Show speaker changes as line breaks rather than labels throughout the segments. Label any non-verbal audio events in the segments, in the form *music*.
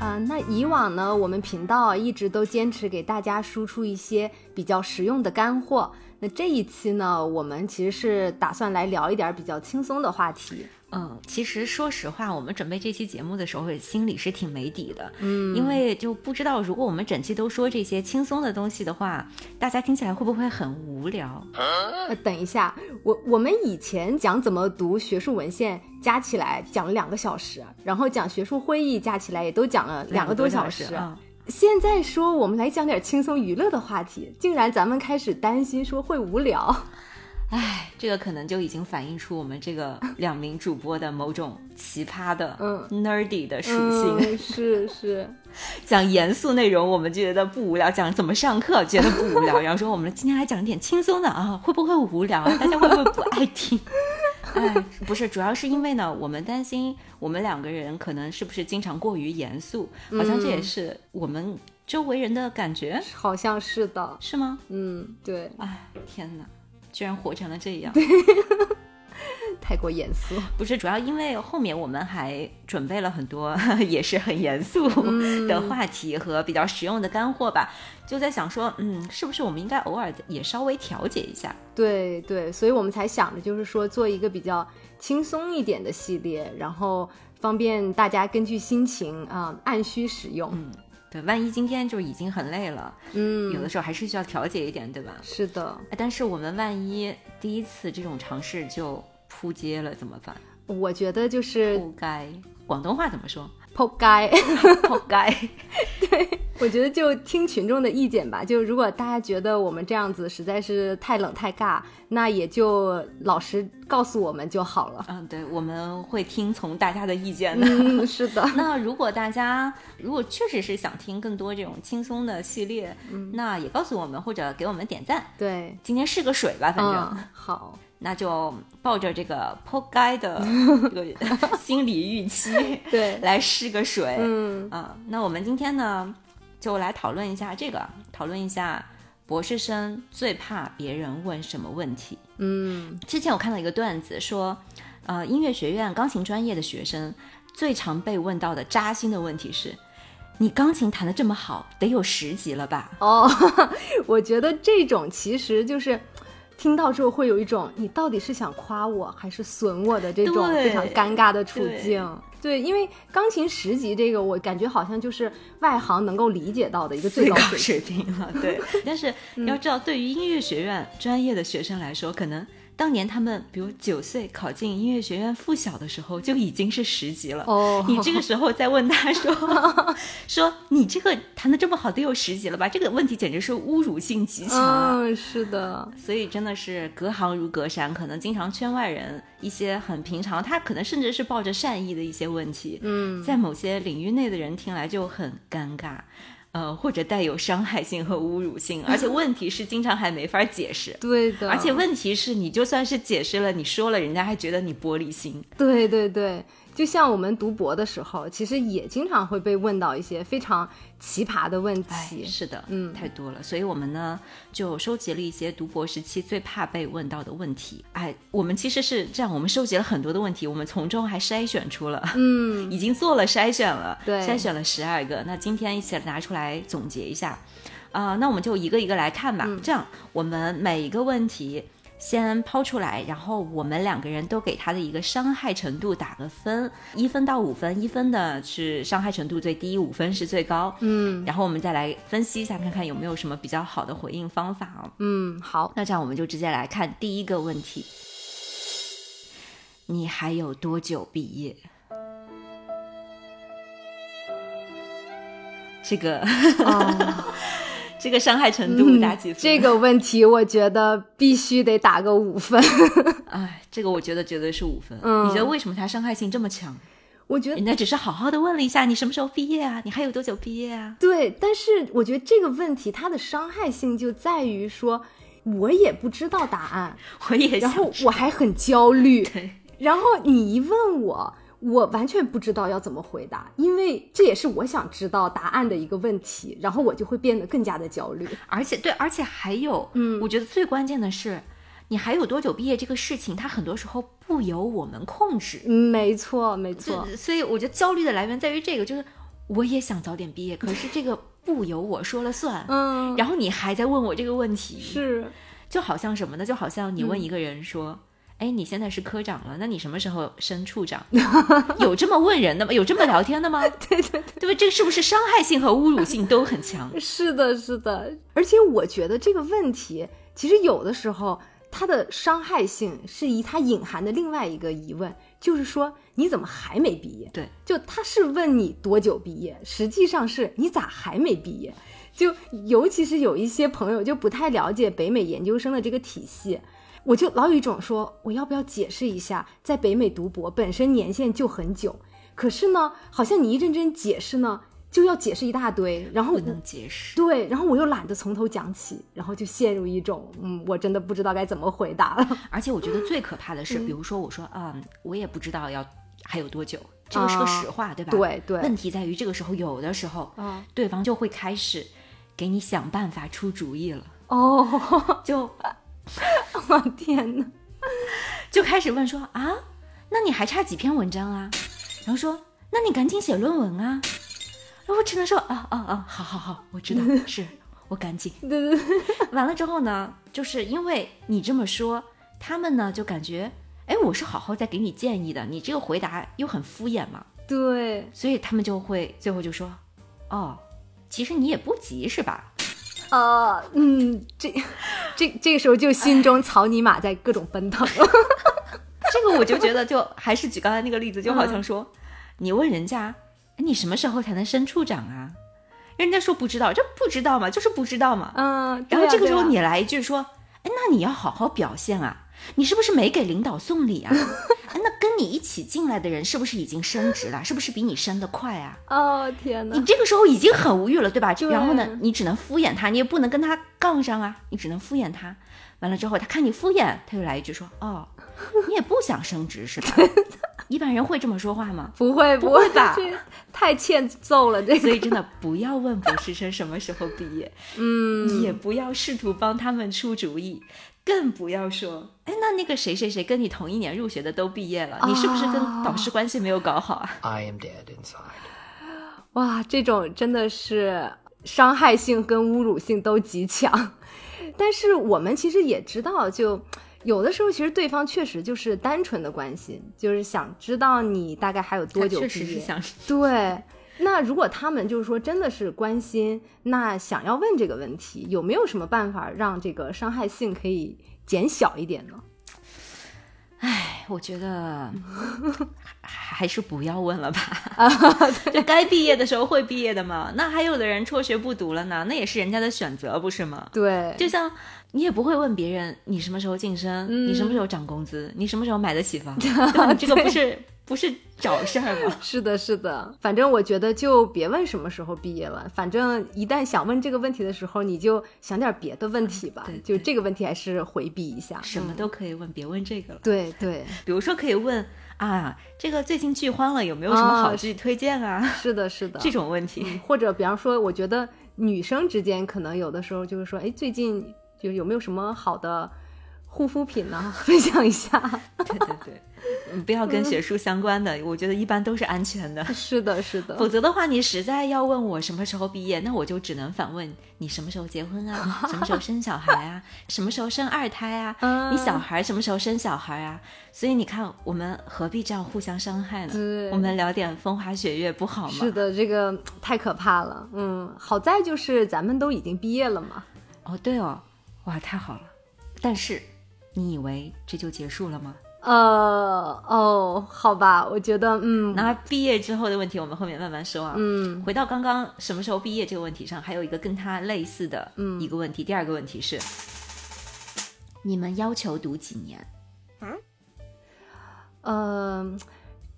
呃，那以往呢，我们频道一直都坚持给大家输出一些比较实用的干货。那这一期呢，我们其实是打算来聊一点比较轻松的话题。
嗯，其实说实话，我们准备这期节目的时候，心里是挺没底的，嗯，因为就不知道如果我们整期都说这些轻松的东西的话，大家听起来会不会很无聊？
呃，等一下，我我们以前讲怎么读学术文献，加起来讲了两个小时，然后讲学术会议加起来也都讲了两个多小时。
啊、
现在说我们来讲点轻松娱乐的话题，竟然咱们开始担心说会无聊。
唉，这个可能就已经反映出我们这个两名主播的某种奇葩
*laughs*
的、
嗯
nerdy 的属性。
嗯、是是，
讲严肃内容我们觉得不无聊，讲怎么上课觉得不无聊，然后说我们今天来讲一点轻松的啊，会不会无聊？大家会不会不爱听？哎，不是，主要是因为呢，我们担心我们两个人可能是不是经常过于严肃，好像这也是我们周围人的感觉，
好像是的。
是吗？
嗯，对，
哎，天哪，居然活成了这样！
太过严
*laughs*
肃。
不是，主要因为后面我们还准备了很多 *laughs* 也是很严肃的话题和比较实用的干货吧，就在想说，嗯，是不是我们应该偶尔也稍微调节一下？
对对，所以我们才想着就是说做一个比较轻松一点的系列，然后方便大家根据心情啊、按需使用。
对，万一今天就已经很累了，
嗯，
嗯有的时候还是需要调节一点，对吧？
是的，
哎但是我们万一第一次这种尝试就扑街了怎么办？
我觉得就是
扑该，广东话怎么说？ *laughs*
扑街。
扑该。 *laughs*
我觉得就听群众的意见吧。就如果大家觉得我们这样子实在是太冷太尬，那也就老实告诉我们就好了。
嗯，对，我们会听从大家的意见的。
嗯，是
*laughs*
的， *laughs*
那如果大家如果确实是想听更多这种轻松的系列，
嗯
那也告诉我们或者给我们点赞。
对，
今天试个水吧，反正、
嗯，好，
那就抱着这个泼街的这个心理预期
*laughs* 对，
来试个水。
嗯
啊，那我们今天呢就来讨论一下这个，讨论一下博士生最怕别人问什么问题。
嗯，
之前我看到一个段子说，呃，音乐学院钢琴专业的学生最常被问到的扎心的问题是：你钢琴弹得这么好，得有十级了吧？
哦， *laughs* 我觉得这种其实就是。听到之后会有一种你到底是想夸我还是损我的这种
对
非常尴尬的处境。对，因为钢琴十级这个，我感觉好像就是外行能够理解到的一个最
最
高
高
水平。嗯
水平了，
*laughs*
对。但是你要知道，对于音乐学院专业的学生来说，可能当年他们比如九岁考进音乐学院附小的时候，就已经是十级了。
哦，
你这个时候再问他说 *laughs* 说你这个弹得这么好，得有十级了吧？这个问题简直是侮辱性极强啊！
嗯，是的，
所以真的是隔行如隔山，可能经常圈外人一些很平常，他可能甚至是抱着善意的一些问题，
嗯，，
在某些领域内的人听来就很尴尬，呃，或者带有伤害性和侮辱性，而且问题是经常还没法解释
对啊的，
而且问题是你就算是解释了，你说了，人家还觉得你玻璃心，
对对对，就像我们读博的时候，其实也经常会被问到一些非常奇葩的问
哎，
题。
是的，
嗯
太多了，所以我们呢就收集了一些读博时期最怕被问到的问题。哎，我们其实是这样，我们收集了很多的问题，我们从中还筛选出了，嗯，已经做了筛选了，
对
筛选了十二个。那今天一起拿出来总结一下，啊、那我们就一个一个来看
嗯
吧。这样，我们每一个问题。先抛出来，然后我们两个人都给他的一个伤害程度打个分，一分到五分，一分的是伤害程度最低，五分是最高。
嗯
然后我们再来分析一下，看看有没有什么比较好的回应方法哦。
嗯，好，
那这样我们就直接来看第一个问题：你还有多久毕业？这个
哦、
*laughs*
嗯
这个伤害程度打几分？
这个问题我觉得必须得打个五分。 *laughs*
哎，这个我觉得绝对是五分。
嗯
你觉得为什么它伤害性这么强？
我觉得
人家只是好好的问了一下你什么时候毕业啊？你还有多久毕业啊？
对，但是我觉得这个问题它的伤害性就在于说，我也不知道答案，
我也
然
想
后我还很焦虑。
对，
然后你一问我，我完全不知道要怎么回答，因为这也是我想知道答案的一个问题，然后我就会变得更加的焦虑。
而且对，而且还有，嗯，我觉得最关键的是，你还有多久毕业这个事情，它很多时候不由我们控制。
嗯，没错，没错，
就所以我觉得焦虑的来源在于这个，就是我也想早点毕业，可是这个不由我说了算。
嗯，
然后你还在问我这个问题，
是，
就好像什么呢？就好像你问一个人说：“哎、你现在是科长了，那你什么时候升处 *laughs* 长？”有这么问人的吗？有这么聊天的吗？
对对对，
*laughs* 对吧？这个是不是伤害性和侮辱性都很强？
*laughs* 是的，是的。而且我觉得这个问题，其实有的时候它的伤害性是以它隐含的另外一个疑问，就是说你怎么还没毕业？
对，
就他是问你多久毕业，实际上是你咋还没毕业？就尤其是有一些朋友就不太了解北美研究生的这个体系，我就老有一种说我要不要解释一下，在北美读博本身年限就很久，可是呢，好像你一认真解释呢，就要解释一大堆，然后
不能解释。
对，然后我又懒得从头讲起，然后就陷入一种嗯，我真的不知道该怎么回答了。
而且我觉得最可怕的是，比如说我说啊、我也不知道要还有多久，这个是个实话， *laughs* 对吧？
对对
问题在于这个时候，有的时候，
啊
对方就会开始给你想办法出主意了，
哦，
就
我天哪！
就开始问说啊，那你还差几篇文章啊？然后说，那你赶紧写论文啊。然后我只能说啊啊啊，好好好，我知道，是我赶紧。
对对对，
完了之后呢，就是因为你这么说，他们呢就感觉，哎，我是好好在给你建议的，你这个回答又很敷衍嘛，
对，
*laughs* 所以他们就会最后就说，哦，其实你也不急是吧？ *laughs*
呃，嗯，这这这个时候就心中草泥马在各种奔腾。
*laughs* 这个我就觉得就还是举刚才那个例子，就好像说，你问人家，哎你什么时候才能升处长啊？人家说不知道，这不知道嘛，就是不知道嘛。
嗯，
呃然
对
后
啊
这个时候
对啊
你来一句说，哎，那你要好好表现啊，你是不是没给领导送礼啊？ *laughs* 哎那跟你一起进来的人是不是已经升职了？是不是比你升得快啊？
哦天
你
哪，
这个时候已经很无语了，对吧？
对啊
然后呢，你只能敷衍他，你也不能跟他杠上啊，你只能敷衍他。完了之后，他看你敷衍，他就来一句说：“哦，你也不想升职是吧？” *laughs* 一般人会这么说话吗？
不会
*laughs* 不
会
会吧
*laughs* 这太欠揍了，这
所
个
以真的不要问博士生什么时候毕 *laughs* 业，
嗯，
也不要试图帮他们出主意，更不要说，哎，那那个谁谁谁跟你同一年入学的都毕业了，你是不是跟导师关系没有搞好啊？
I am dead inside.
哇，这种真的是伤害性跟侮辱性都极强。但是我们其实也知道，就有的时候其实对方确实就是单纯的关心，就是想知道你大概还有多久
确
毕
实
业。
是想
对，那如果他们就是说真的是关心，那想要问这个问题，有没有什么办法让这个伤害性可以减小一点呢？
唉，哎我觉得还还是不要问了吧。 *laughs* 这该毕业的时候会毕业的嘛。那还有的人辍学不读了呢，那也是人家的选择，不是吗？
对，
就像你也不会问别人你什么时候晋升，
嗯
你什么时候涨工资，你什么时候买得起房，嗯对 *laughs* 吧？这个不是不是找事儿 *laughs* 吗？
是的，是的，反正我觉得就别问什么时候毕业了，反正一旦想问这个问题的时候，你就想点别的问题吧，
嗯对
就
对
这个问题还是回避一下。嗯
什么都可以问，别问这个了。
对对，
比如说可以问啊，这个最近剧荒了，有没有什么
啊
好剧推荐 *laughs* 啊？
是的，是的，嗯
这种问题。
或者比方说，我觉得女生之间可能有的时候就是说，哎，最近就有没有什么好的护肤品呢？ *laughs* 分享一
*laughs*
下。
对对 *laughs* 对，嗯不要跟学术相关的，我觉得一般都是安全的。
是的，是的，
否则的话，你实在要问我什么时候毕业，那我就只能反问你什么时候结婚啊，什么时候生小孩啊，什么时候生二胎啊，
嗯
你小孩什么时候生小孩啊？所以你看，我们何必这样互相伤害
对
呢？我们聊点风花雪月不好吗？
是的，这个太可怕了。嗯，好在就是咱们都已经毕业了嘛。
哦，对哦，哇，太好了！但是你以为这就结束了吗？
呃，哦，好吧，我觉得，嗯
那毕业之后的问题，我们后面慢慢说啊。
嗯，
回到刚刚什么时候毕业这个问题上，还有一个跟它类似的
嗯
一个问题。第二个问题是，你们要求读几年？
呃，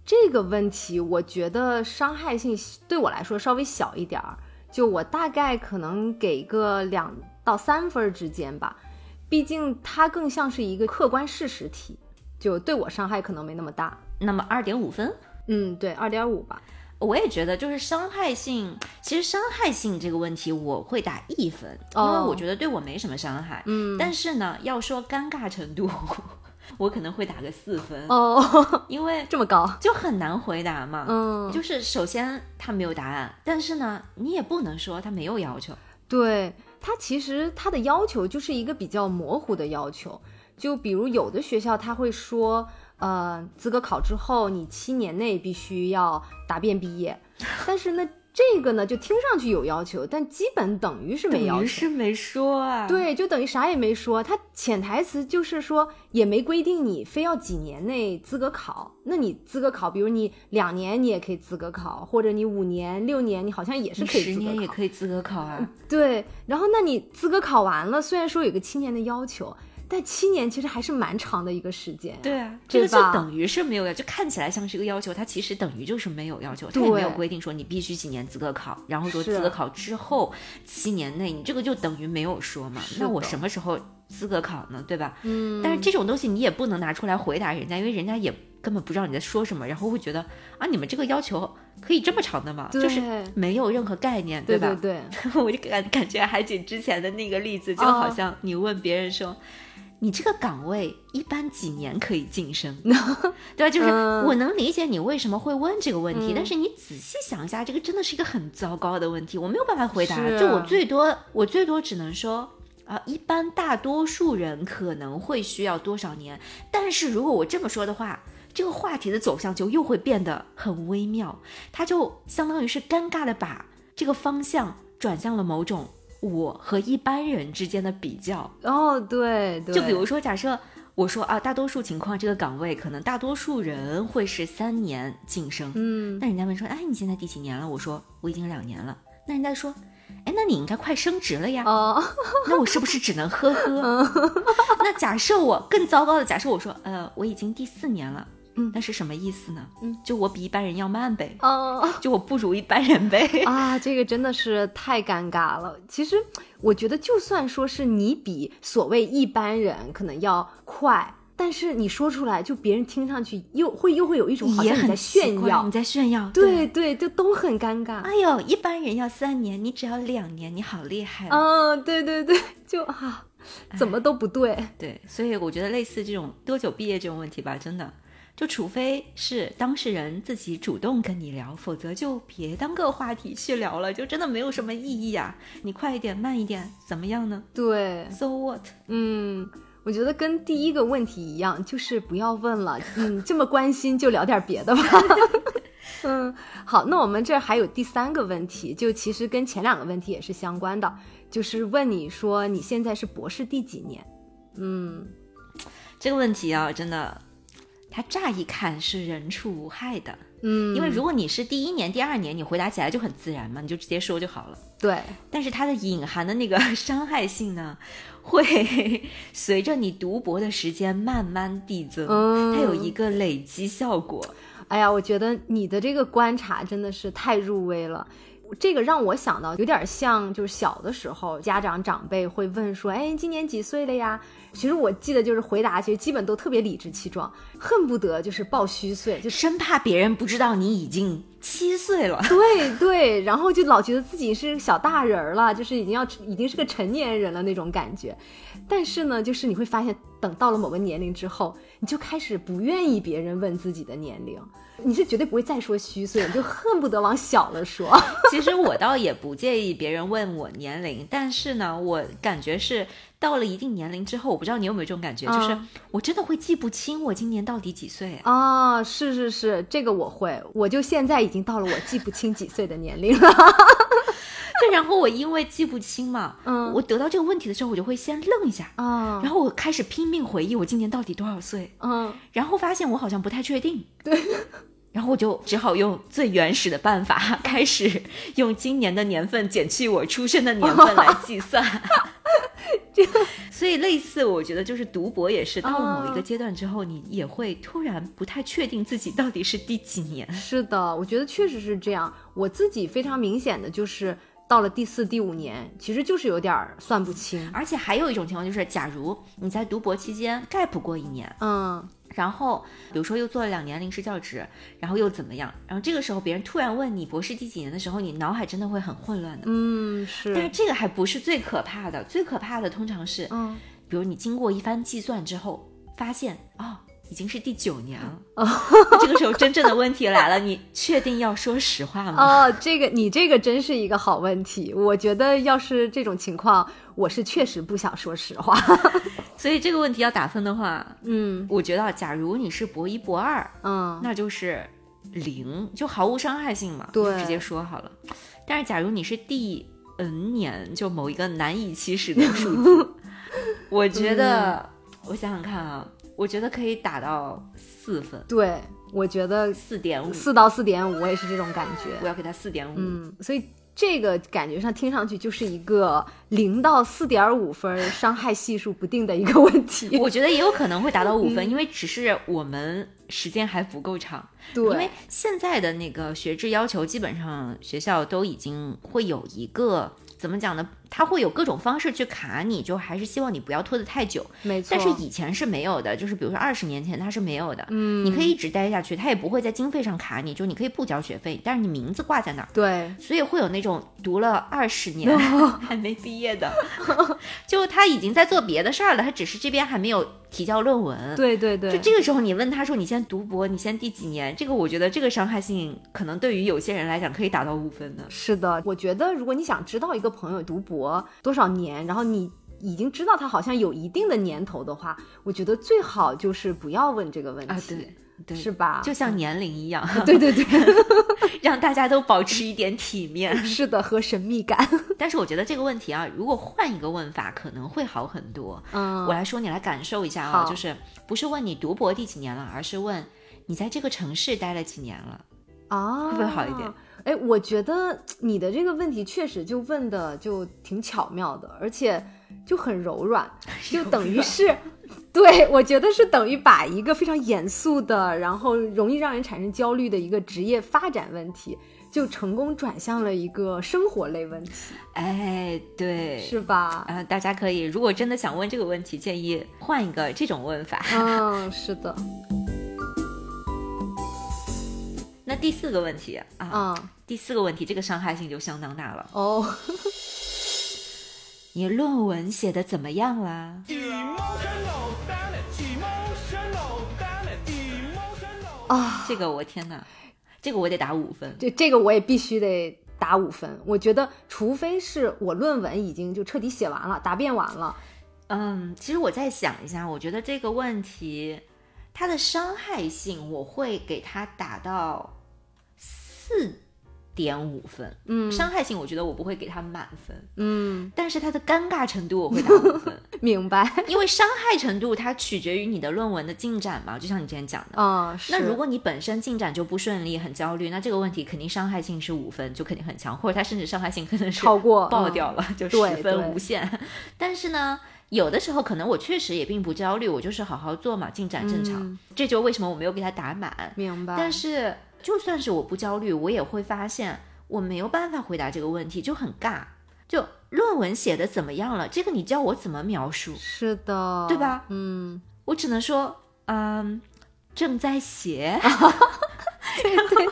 这个问题我觉得伤害性对我来说稍微小一点儿，就我大概可能给个两到三分儿之间吧，毕竟它更像是一个客观事实题，就对我伤害可能没那么大。
那么二点五分，
嗯，对，二点五吧。
我也觉得就是伤害性。其实伤害性这个问题，我会打一分，因
哦
为我觉得对我没什么伤害。
嗯，
但是呢，要说尴尬程度， *laughs* 我可能会打个四分，
哦， *laughs*
因为
这么高，
就很难回答嘛。
嗯，
就是首先他没有答案，但是呢，你也不能说他没有要求。
对它其实它的要求就是一个比较模糊的要求，就比如有的学校他会说，呃，资格考之后你七年内必须要答辩毕业，但是呢，这个呢就听上去有要求，但基本等于是没要
于
求。
是没说啊。，
对，就等于啥也没说，他潜台词就是说也没规定你非要几年内资格考，那你资格考，比如你两年你也可以资格考，或者你五年、六年你好像也是可以
十
资格
年
考，嗯
也可以资格考啊。
对，然后那你资格考完了，虽然说有个七年的要求，但七年其实还是蛮长的一个时间。
对啊，这
对
个就
吧
等于是没有要，就看起来像是一个要求，它其实等于就是没有要求，它
对
也没有规定说你必须几年资格考，然后说
是
资格考之后七年内，你这个就等于没有说嘛。
是的
那我什么时候资格考呢？对吧？
嗯，
但是这种东西你也不能拿出来回答人家，因为人家也根本不知道你在说什么，然后会觉得啊，你们这个要求可以这么长的吗？
对
就是没有任何概念，
对
吧？
对对，
我就感感觉海景之前的那个例子，就好
哦
像你问别人说。你这个岗位一般几年可以晋升？ *laughs* 对吧？就是
嗯
我能理解你为什么会问这个问
嗯
题，但是你仔细想一下，这个真的是一个很糟糕的问题，我没有办法回答。
是啊
就我最多，我最多只能说啊，一般大多数人可能会需要多少年？但是如果我这么说的话，这个话题的走向就又会变得很微妙，它就相当于是尴尬的把这个方向转向了某种我和一般人之间的比较。
哦对对，
就比如说，假设我说啊，大多数情况这个岗位可能大多数人会是三年晋升，
嗯
那人家问说，哎，你现在第几年了？我说我已经两年了。那人家说，哎，那你应该快升职了呀。
哦嗯
那我是不是只能呵呵？ *laughs* 那假设我更糟糕的，假设我说，呃，我已经第四年了，
嗯
那是什么意思呢？
嗯，
就我比一般人要慢呗， *laughs*
哦。
就我不如一般人呗。
*laughs* 啊，这个真的是太尴尬了。其实我觉得，就算说是你比所谓一般人可能要快，但是你说出来，就别人听上去又会又会有一种好
也
像你
很
在
奇
炫
怪
耀
你，在炫耀，
对对，就都很尴尬。
哎呦，一般人要三年，你只要两年，你好厉害、啊！
嗯，对对对，就啊，
哎
怎么都不对。
对，所以我觉得类似这种多久毕业这种问题吧，真的，就除非是当事人自己主动跟你聊，否则就别当个话题去聊了，就真的没有什么意义啊！你快一点，慢一点，怎么样呢
对，
？So what？
嗯，我觉得跟第一个问题一样，就是不要问了。嗯，这么关心就聊点别的吧。 *laughs* 嗯，好，那我们这儿还有第三个问题，就其实跟前两个问题也是相关的，就是问你说你现在是博士第几年？嗯，
这个问题啊，真的，它乍一看是人畜无害的，
嗯，
因为如果你是第一年、第二年，你回答起来就很自然嘛，你就直接说就好了。
对，
但是它的隐含的那个 *laughs* 伤害性呢，会 *laughs* 随着你读博的时间慢慢递增，
嗯
它有一个累积效果。
哎呀，我觉得你的这个观察真的是太入微了。这个让我想到，有点像就是小的时候，家长长辈会问说：“哎，今年几岁了呀？”其实我记得就是回答，其实基本都特别理直气壮，恨不得就是报虚岁，就是。
生怕别人不知道你已经七岁了 *laughs*
对对，然后就老觉得自己是小大人儿了，就是已经要已经是个成年人了那种感觉。但是呢，就是你会发现，等到了某个年龄之后，你就开始不愿意别人问自己的年龄，你是绝对不会再说虚岁，你就恨不得往小了说。 *laughs*
其实我倒也不介意别人问我年龄，但是呢，我感觉是到了一定年龄之后，我不知道你有没有这种感觉，就是
嗯
我真的会记不清我今年到底几岁、啊。
啊，是是是，这个我会，我就现在已经到了我记不清几岁的年龄了。 *laughs*
对，然后我因为记不清嘛，
嗯
我得到这个问题的时候，我就会先愣一下，
啊
然后我开始拼命回忆我今年到底多少岁，
嗯，
然后发现我好像不太确定。对。然后我就只好用最原始的办法， *laughs* 开始用今年的年份减去我出生的年份来计算。所以类似，我觉得就是读博也是，到了某一个阶段之后，你也会突然不太确定自己到底是第几年。
是的，我觉得确实是这样。我自己非常明显的就是到了第四、第五年，其实就是有点儿算不清。
而且还有一种情况就是，假如你在读博期间 gap 过一年，
嗯
然后比如说又做了两年临时教职，然后又怎么样？然后这个时候别人突然问你博士第几年的时候，你脑海真的会很混乱的。
嗯，
但是
是，
这个还不是最可怕的，最可怕的通常是，
嗯
比如你经过一番计算之后，发现哦，已经是第九年了。
哦
*laughs* 这个时候真正的问题来了，你确定要说实话吗？
哦，这个你这个真是一个好问题。我觉得要是这种情况，我是确实不想说实话。
所以这个问题要打分的话，
嗯
我觉得啊假如你是博一博二，
嗯，
那就是零，就毫无伤害性嘛，
对
就直接说好了。但是假如你是第 n 年，就某一个难以启齿的
*laughs*
数字，我觉得，我想想看啊，我觉得可以打到四分，
对，我觉得
四点五，
四到四点五，我也是这种感觉
我。要给他四点五。
嗯，所以这个感觉上听上去就是一个零到四点五分儿伤害系数不定的一个问题。 *laughs*
我觉得也有可能会达到五
嗯
分，因为只是我们时间还不够长。
对，
因为现在的那个学制要求，基本上学校都已经会有一个怎么讲呢？它会有各种方式去卡你，就还是希望你不要拖得太久。
没错。
但是以前是没有的，就是比如说二十年前它是没有的，
嗯
你可以一直待下去，它也不会在经费上卡你，就你可以不交学费，但是你名字挂在那儿。
对，
所以会有那种读了二十年
哦
还没毕业的， *laughs* 就他已经在做别的事儿了，他只是这边还没有提交
*laughs*
论文。
对对对，
就这个时候，你问他说：“你现在读博，你现在第几年？”这个我觉得这个伤害性可能对于有些人来讲可以打到五分的。
是的，我觉得如果你想知道一个朋友读博多少年，然后你已经知道他好像有一定的年头的话，我觉得最好就是不要问这个问题，
啊，对对，
是吧？
啊就像年龄一样， *laughs*
对对对，
让大家都保持一点体面。
*laughs*
*laughs*
是的，和神秘感，
但是我觉得这个问题啊，如果换一个问法，可能会好很多。
嗯， *laughs*
我来说，你来感受一下啊，
好
就是不是问你读博第几年了，而是问你在这个城市待了几年了。
啊，
会不会好一点？
哎，我觉得你的这个问题确实就问的就挺巧妙的，而且就很柔
*laughs*
软，就等于是， *laughs* 对我觉得是等于把一个非常严肃的，然后容易让人产生焦虑的一个职业发展问题，就成功转向了一个生活类问题，
哎，对，
是
*laughs*
吧？
啊、大家可以，如果真的想问这个问题，建议换一个这种问法。 *laughs*
嗯，是的，
那第四个问题啊，
嗯，
第四个问题，这个伤害性就相当大了。
哦，
你论文写的怎么样啦？
Emotional damage, emotional damage, emotional.
啊这个我天哪，这个我得打五分。
这这个我也必须得打五分，我觉得除非是我论文已经就彻底写完了，答辩完了，
嗯，其实我再想一下，我觉得这个问题它的伤害性，我会给它打到四点五分。
嗯
伤害性我觉得我不会给它满分，
嗯，
但是它的尴尬程度我会打五分。
*laughs* 明 *laughs* 白。
因为伤害程度它取决于你的论文的进展嘛，就像你之前讲的。
嗯，是
那如果你本身进展就不顺利，很焦虑，那这个问题肯定伤害性是五分，就肯定很强，或者它甚至伤害性可能是
超过
爆
嗯
掉了，就
对对
十分无限。但是呢，有的时候可能我确实也并不焦虑，我就是好好做嘛，进展正常。
嗯
这就为什么我没有给它打满。
明白，
但是就算是我不焦虑，我也会发现我没有办法回答这个问题，就很尬。就论文写的怎么样了？这个你叫我怎么描述？
是的，
对吧
*laughs* 嗯，
我只能说，嗯，正在 *laughs* 写，
对对，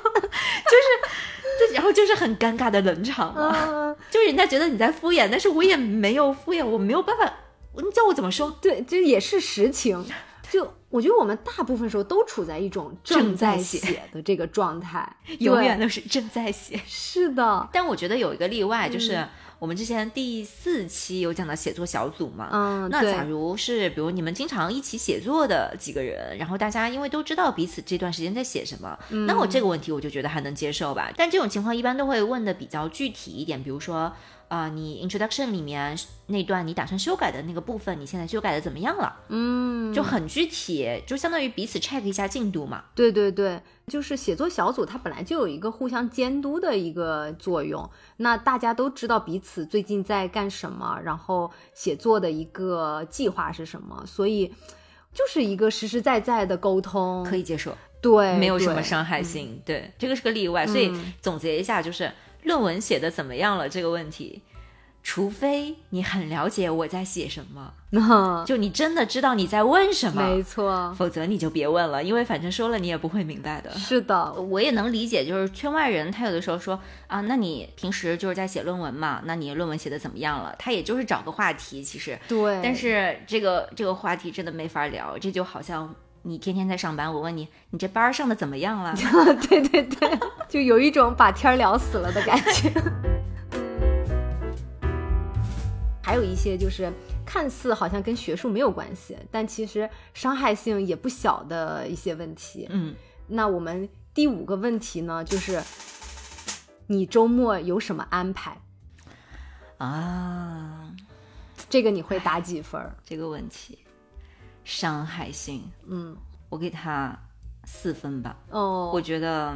就然后就是很尴尬的冷场嘛，
啊，
就是人家觉得你在敷衍，但是我也没有敷衍，我没有办法，你叫我怎么说？
对，这也是实情。就我觉得我们大部分时候都处在一种
正在
在
写
写的这个状 *laughs* 态，
永
对
远都是正在写。嗯
是的，
但我觉得有一个例外，就是我们之前第四期有讲到写作小组嘛，
嗯，
那
对
假如是比如你们经常一起写作的几个人，然后大家因为都知道彼此这段时间在写什么，那我这
嗯
个问题我就觉得还能接受吧。但这种情况一般都会问的比较具体一点，比如说。啊、你 introduction 里面那段你打算修改的那个部分，你现在修改的怎么样了？
嗯，
就很具体，就相当于彼此 check 一下进度嘛。
对对对，就是写作小组它本来就有一个互相监督的一个作用，那大家都知道彼此最近在干什么，然后写作的一个计划是什么，所以就是一个实实在在的沟通，
可以接受，
对，
没有什么
哎 *laughs* 对
伤害性。对，这个是个例外。所以
嗯
总结一下，就是论文写的怎么样了这个问题，除非你很了解我在写什么， *laughs*
那
就你真的知道你在问什
没
么， *laughs*
错，
否则你就别问了，因为反正说了你也不会明白的。
是的，
我也能理解，就是圈外人，他有的时候说啊，那你平时就是在写论文嘛，那你论文写的怎么样了？他也就是找个话题，其实，
对。
但是这个这个话题真的没法聊，这就好像你天天在上班，我问你，你这班儿上的怎么样了？ *laughs*
*laughs* 对对对，就有一种把天儿聊死了的感觉。 *laughs* 还有一些就是看似好像跟学术没有关系，但其实伤害性也不小的一些问题。
嗯，
那我们第五个问题呢，就是你周末有什么安排？
啊，
这个你会打几分儿？
这个问题，伤害性，
嗯，
我给他四分吧，
哦，
我觉得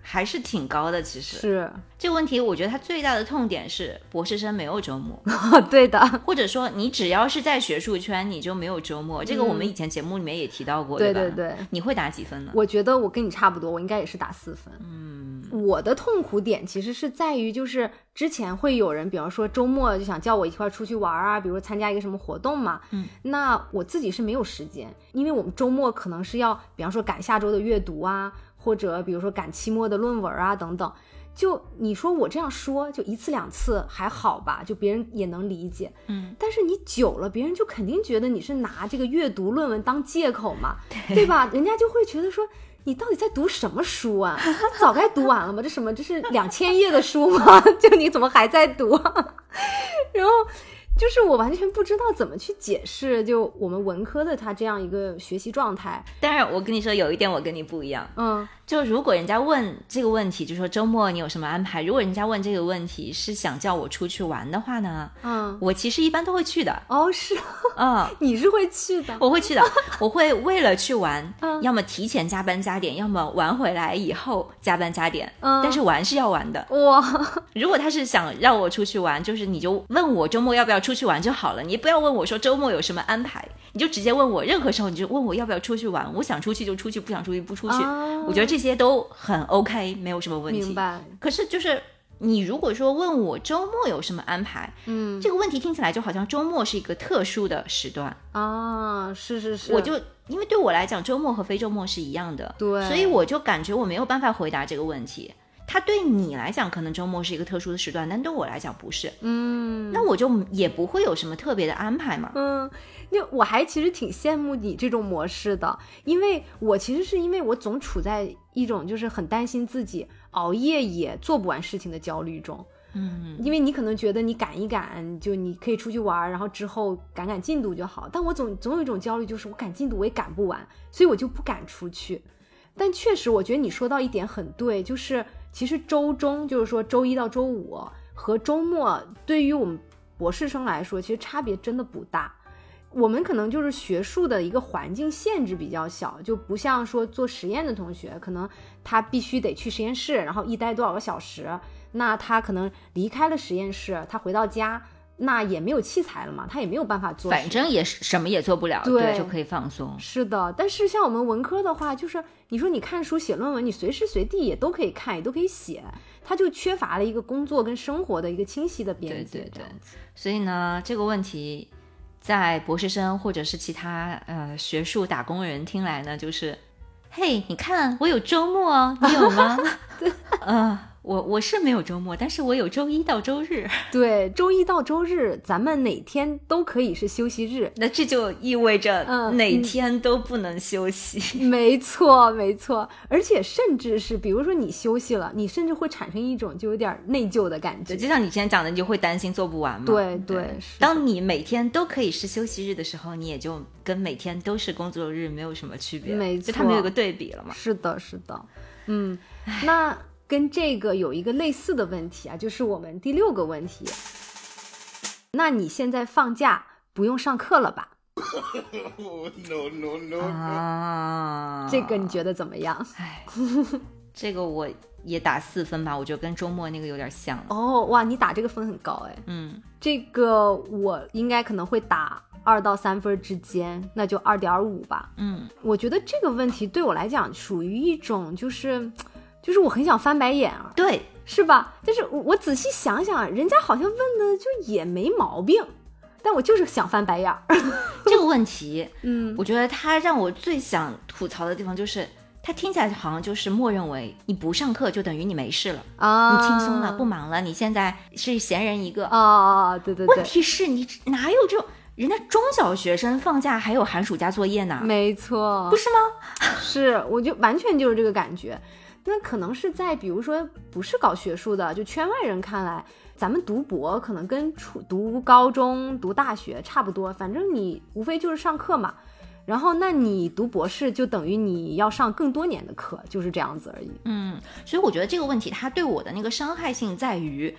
还是挺高的。其实
是， *laughs*
这个问题，我觉得它最大的痛点是博士生没有周末，
哦对的，
或者说你只要是在学术圈，你就没有周末。这个我们以前节目里面也提到过，
嗯对
吧？
对对。
你会打几分呢？
我觉得我跟你差不多，我应该也是打四分。
嗯，
我的痛苦点其实是在于，就是之前会有人，比方说周末就想叫我一块儿出去玩啊，比如参加一个什么活动嘛。
嗯，
那我自己是没有时间，因为我们周末可能是要，比方说赶下周的阅读啊，或者比如说赶期末的论文啊等等。就你说我这样说，就一次两次还好吧，就别人也能理解。
嗯，
但是你久了，别人就肯定觉得你是拿这个阅读论文当借口嘛，对吧？人家就会觉得说。你到底在读什么书
*laughs*
啊？早该读完了吗？这什么？这是两千页的书吗？ *laughs* 就你怎么还在读、 *laughs* 啊？然后就是我完全不知道怎么去解释，就我们文科的他这样一个学习状态。
当然，我跟你说有一点我跟你不一样，
嗯，
就如果人家问这个问题，就说周末你有什么安排？如果人家问这个问题是想叫我出去玩的话呢，
嗯，
我其实一般都会去的，
哦，是
嗯。
你是会去的，
我
*laughs*
会去的，我会为了去玩，
嗯
要么提前加班加点，要么玩回来以后加班加点。
嗯
但是玩是要玩的。
哇，
如果他是想让我出去玩，就是你就问我周末要不要出去玩就好了，你不要问我说周末有什么安排，你就直接问我，任何时候你就问我要不要出去玩，我想出去就出去，不想出去不出去。
啊
我觉得这些都很 OK，没有什么问题。
明白，
可是就是你如果说问我周末有什么安排，
嗯
这个问题听起来就好像周末是一个特殊的时段，
啊，是是是，
我就因为对我来讲，周末和非周末是一样的，
对
所以我就感觉我没有办法回答这个问题。它对你来讲，可能周末是一个特殊的时段，但对我来讲不是，
嗯
那我就也不会有什么特别的安排嘛。
嗯，那我还其实挺羡慕你这种模式的，因为我其实是因为我总处在一种就是很担心自己熬夜也做不完事情的焦虑中。
嗯，
因为你可能觉得你赶一赶，就你可以出去玩儿，然后之后赶赶进度就好。但我总总有一种焦虑，就是我赶进度我也赶不完，所以我就不敢出去。但确实，我觉得你说到一点很对，就是其实周中，就是说周一到周五和周末，对于我们博士生来说，其实差别真的不大。我们可能就是学术的一个环境限制比较小，就不像说做实验的同学，可能他必须得去实验室，然后一待多少个小时。那他可能离开了实验室，他回到家，那也没有器材了嘛，他也没有办法做实验。
反正也是什么也做不了，
对
就可以放松。
是的，但是像我们文科的话，就是你说你看书、写论文，你随时随地也都可以看，也都可以写，它就缺乏了一个工作跟生活的一个清晰的边界。
对对
这样子
所以呢，这个问题在博士生或者是其他呃学术打工人听来呢，就是，嘿，你看我有周末哦，你有
*laughs*
吗？呃，我我是没有周末，但是我有周一到周日。
对周一到周日，咱们哪天都可以是休息日。
那这就意味着
嗯
哪天都不能休息。
没错，没错，而且甚至是，比如说你休息了，你甚至会产生一种就有点内疚的感觉
*laughs* 对，。就像你之前讲的，你就会担心做不完嘛。
对对是的
当你每天都可以是休息日的时候，你也就跟每天都是工作日没有什么区别了，
没
就他们
错
有个对比了嘛。
是的，是的，嗯，那跟这个有一个类似的问题啊，就是我们第六个问题。那你现在放假不用上课了吧？
*laughs* Oh no no no
嗯
啊，
这个你觉得怎么样？
唉，这个我也打四分吧，我觉得跟周末那个有点像了。
哦，哇，你打这个分很高哎，
嗯，
这个我应该可能会打二到三分之间，那就二点五吧。
嗯，
我觉得这个问题对我来讲属于一种就是，就是我很想翻白眼啊，
对，
是吧？但是我我仔细想想，人家好像问的就也没毛病，但我就是想翻白眼儿。
这个问题， *laughs*
嗯，
我觉得他让我最想吐槽的地方就是，他听起来好像就是默认为你不上课就等于你没事了，
*laughs* 啊，
你轻松了，不忙了，你现在是闲人一个。
啊，对对
问
对，
题是你哪有这种？人家中小学生放假还有寒暑假作业呢，
没错，
不是吗？
*laughs* 是，我就完全就是这个感觉。那可能是在比如说不是搞学术的，就圈外人看来，咱们读博可能跟初读高中、读大学差不多，反正你无非就是上课嘛。然后，那你读博士就等于你要上更多年的课，就是这样子而已。
嗯，所以我觉得这个问题它对我的那个伤害性在于，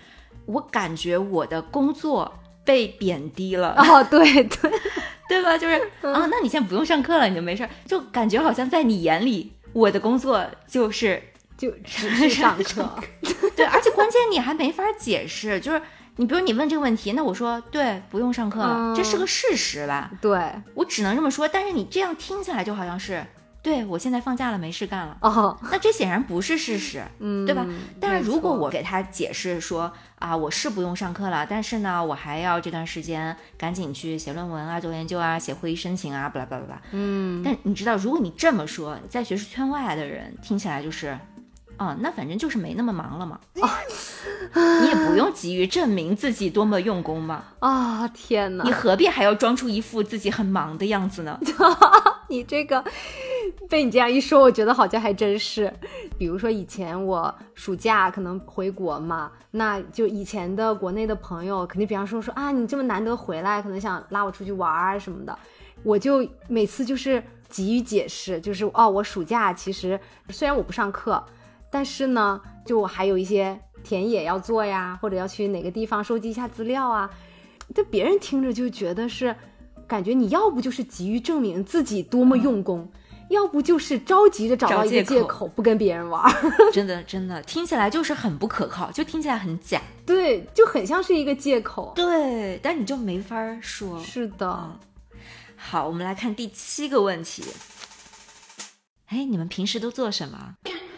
我感觉我的工作被贬低了。
*laughs* 哦，嗯对对，
对吧？就是啊，那你现在不用上课了，你就没事儿，就感觉好像在你眼里，我的工作就是
就只是上课。
对，而且关键你还没法解释，就是你比如你问这个问题，那我说对，不用上课了，这是
嗯
个事实吧？
*laughs* 对，
我只能这么说，但是你这样听下来就好像是，对我现在放假了，没事干了。
哦，
那这显然不是事实，
嗯，
对吧？但
没
是如果
错
我给他解释说啊，我是不用上课了，但是呢，我还要这段时间赶紧去写论文啊、做研究啊、写会议申请啊，巴拉巴拉巴拉。
嗯，
但你知道，如果你这么说，在学术圈外的人听起来就是，啊，那反正就是没那么忙
*laughs*
了嘛，你也不用急于证明自己多么用功嘛，
啊、天哪
你！何必还要装出一副自己很忙的样子呢？
你这个被你这样一说，我觉得好像还真是。比如说以前我暑假可能回国嘛，那就以前的国内的朋友肯定，比方说说啊，你这么难得回来，可能想拉我出去玩儿什么的，我就每次就是急于解释，就是哦，我暑假其实虽然我不上课，但是呢，就我还有一些田野要做呀，或者要去哪个地方收集一下资料啊。但别人听着就觉得是，感觉你要不就是急于证明自己多么用功，
嗯
要不就是着急着找到一个
找借
借
口
口不跟别人玩儿。
真的真的听起来就是很不可靠，就听起来很假。
*laughs* 对，就很像是一个借口。
对，但你就没法儿说。
是的，
好，我们来看第七个问题。哎，你们平时都做什么 *laughs*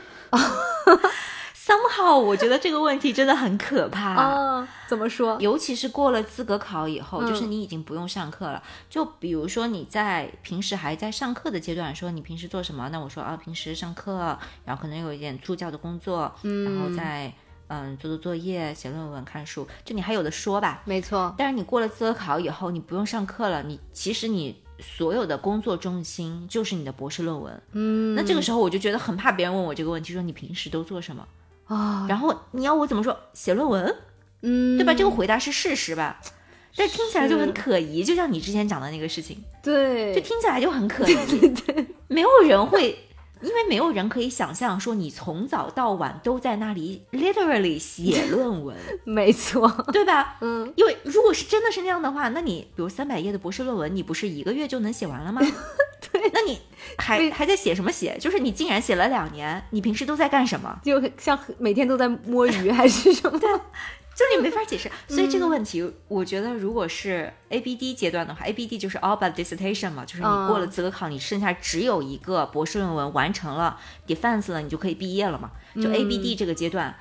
？somehow，我觉得这个问题真的很可怕。
啊，怎么说？
尤其是过了资格考以后，
嗯
就是你已经不用上课了。就比如说你在平时还在上课的阶段，说你平时做什么？那我说啊，平时上课，然后可能有一点助教的工作，然后再嗯做做作业、写论文、看书，就你还有的说吧。
没错，
但是你过了资格考以后，你不用上课了，你其实你所有的工作重心就是你的博士论文。
嗯，
那这个时候我就觉得很怕别人问我这个问题，说你平时都做什么？
啊，
然后你要我怎么说？写论文？
嗯，
对吧？这个回答是事实吧？但听起来就很
是
可疑，就像你之前讲的那个事情，
对，
就听起来就很可疑。
对
没有人会，因为没有人可以想象说你从早到晚都在那里 literally 写论文， *laughs*
没错，
对吧？
嗯，
因为如果是真的是那样的话，那你比如三百页的博士论文，你不是一个月就能写
*laughs*
完了吗？对，那你还还在写什么写？就是你竟然写了两年，你平时都在干什么？
就很像每天都在摸鱼还是什么？
就是你没法解释。所以这个问题，我觉得如果是 ABD 阶段的话，ABD 就是 all but dissertation 嘛，就是你过了资格考，你剩下只有一个博士论文完成了 defense 了，你就可以毕业了嘛。就 ABD 这个阶段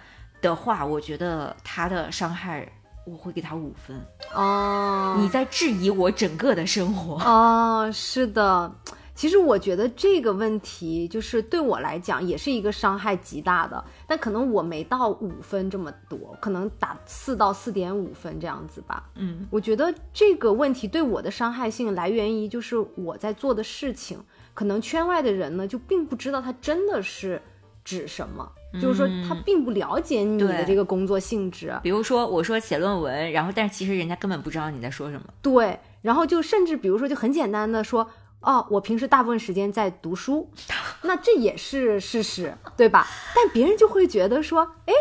的话，我觉得它的伤害。我会给他五分，
哦，
你在质疑我整个的生活。
哦，是的。其实我觉得这个问题就是对我来讲也是一个伤害极大的，但可能我没到五分这么多，可能打四到四点五分这样子吧。
嗯，
我觉得这个问题对我的伤害性来源于就是我在做的事情，可能圈外的人呢就并不知道它真的是指什么，就是说他并不了解你的
嗯对
这个工作性质。啊
比如说我说写论文，然后但是其实人家根本不知道你在说什么。
对，然后就甚至比如说就很简单的说，哦，我平时大部分时间在读书，
*laughs*
那这也是事实，对吧？但别人就会觉得说，哎，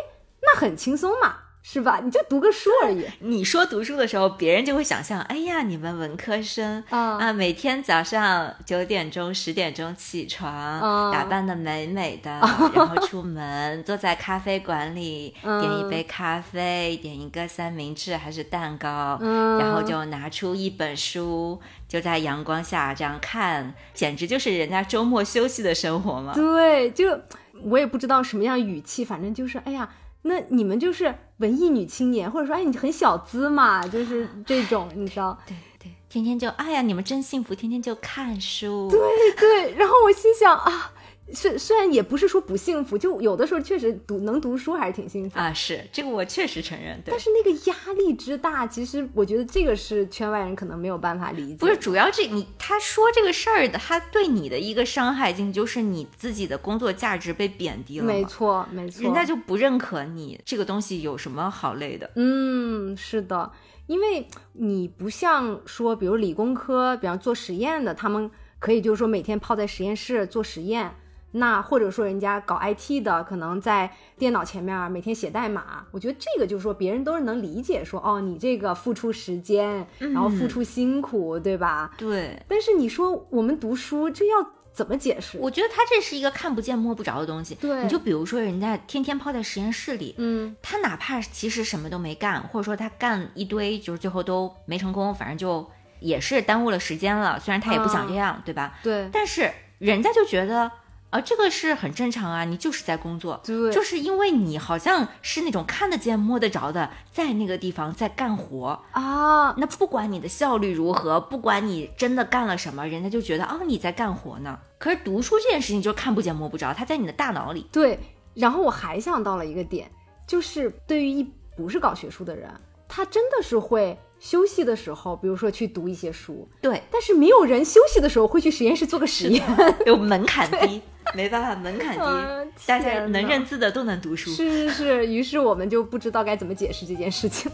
那很轻松嘛，是吧？你就读个书
*laughs*
而已。
你说读书的时候，别人就会想象，哎呀，你们文科生
啊
啊，每天早上九点钟、十点钟起床，
啊
打扮的美美的，然后出门，坐在咖啡馆里，
*laughs* 嗯
点一杯咖啡，点一个三明治还是蛋糕，
嗯
然后就拿出一本书，就在阳光下这样看，简直就是人家周末休息的生活嘛。
对，就我也不知道什么样语气，反正就是，哎呀，那你们就是文艺女青年，或者说哎你很小资嘛，就是这种，你
*laughs*
知道？
对对，天天就哎呀，你们真幸福，天天就看书。
对对，然后我心想啊，虽虽然也不是说不幸福，就有的时候确实读能读书还是挺幸福的，
啊，是这个我确实承认，对
但。是那个压力之大，其实我觉得这个是圈外人可能没有办法理解。
不是，主要这你他说这个事儿的，他对你的一个伤害性就是你自己的工作价值被贬低了嘛，
没错，没错，
人家就不认可你这个东西有什么好累的。
嗯，是的，因为你不像说，比如理工科，比方做实验的，他们可以就是说每天泡在实验室做实验，那或者说人家搞 IT 的，可能在电脑前面每天写代码。我觉得这个就是说别人都是能理解说，哦，你这个付出时间，然后
嗯
付出辛苦，对吧？
对，
但是你说我们读书，这要怎么解释？
我觉得他这是一个看不见摸不着的东西。
对
你就比如说人家天天泡在实验室里，
嗯
他哪怕其实什么都没干，或者说他干一堆，就是最后都没成功，反正就也是耽误了时间了。虽然他也不
嗯
想这样，对吧？，
对
但是人家就觉得。啊，这个是很正常啊，你就是在工作，
对
就是因为你好像是那种看得见、摸得着的，在那个地方在干活，
啊，
那不管你的效率如何，不管你真的干了什么，人家就觉得哦你在干活呢。可是读书这件事情就看不见摸不着，它在你的大脑里。
对，然后我还想到了一个点，就是对于一不是搞学术的人，他真的是会休息的时候，比如说去读一些书，
*laughs* 对，
但是没有人休息的时候会去实验室做个实验。
有门槛低，没办法，门 *laughs* 槛低，
啊
大家
天哪
能认字的都能读书。
*laughs* 是是是，于是我们就不知道该怎么解释这件事情。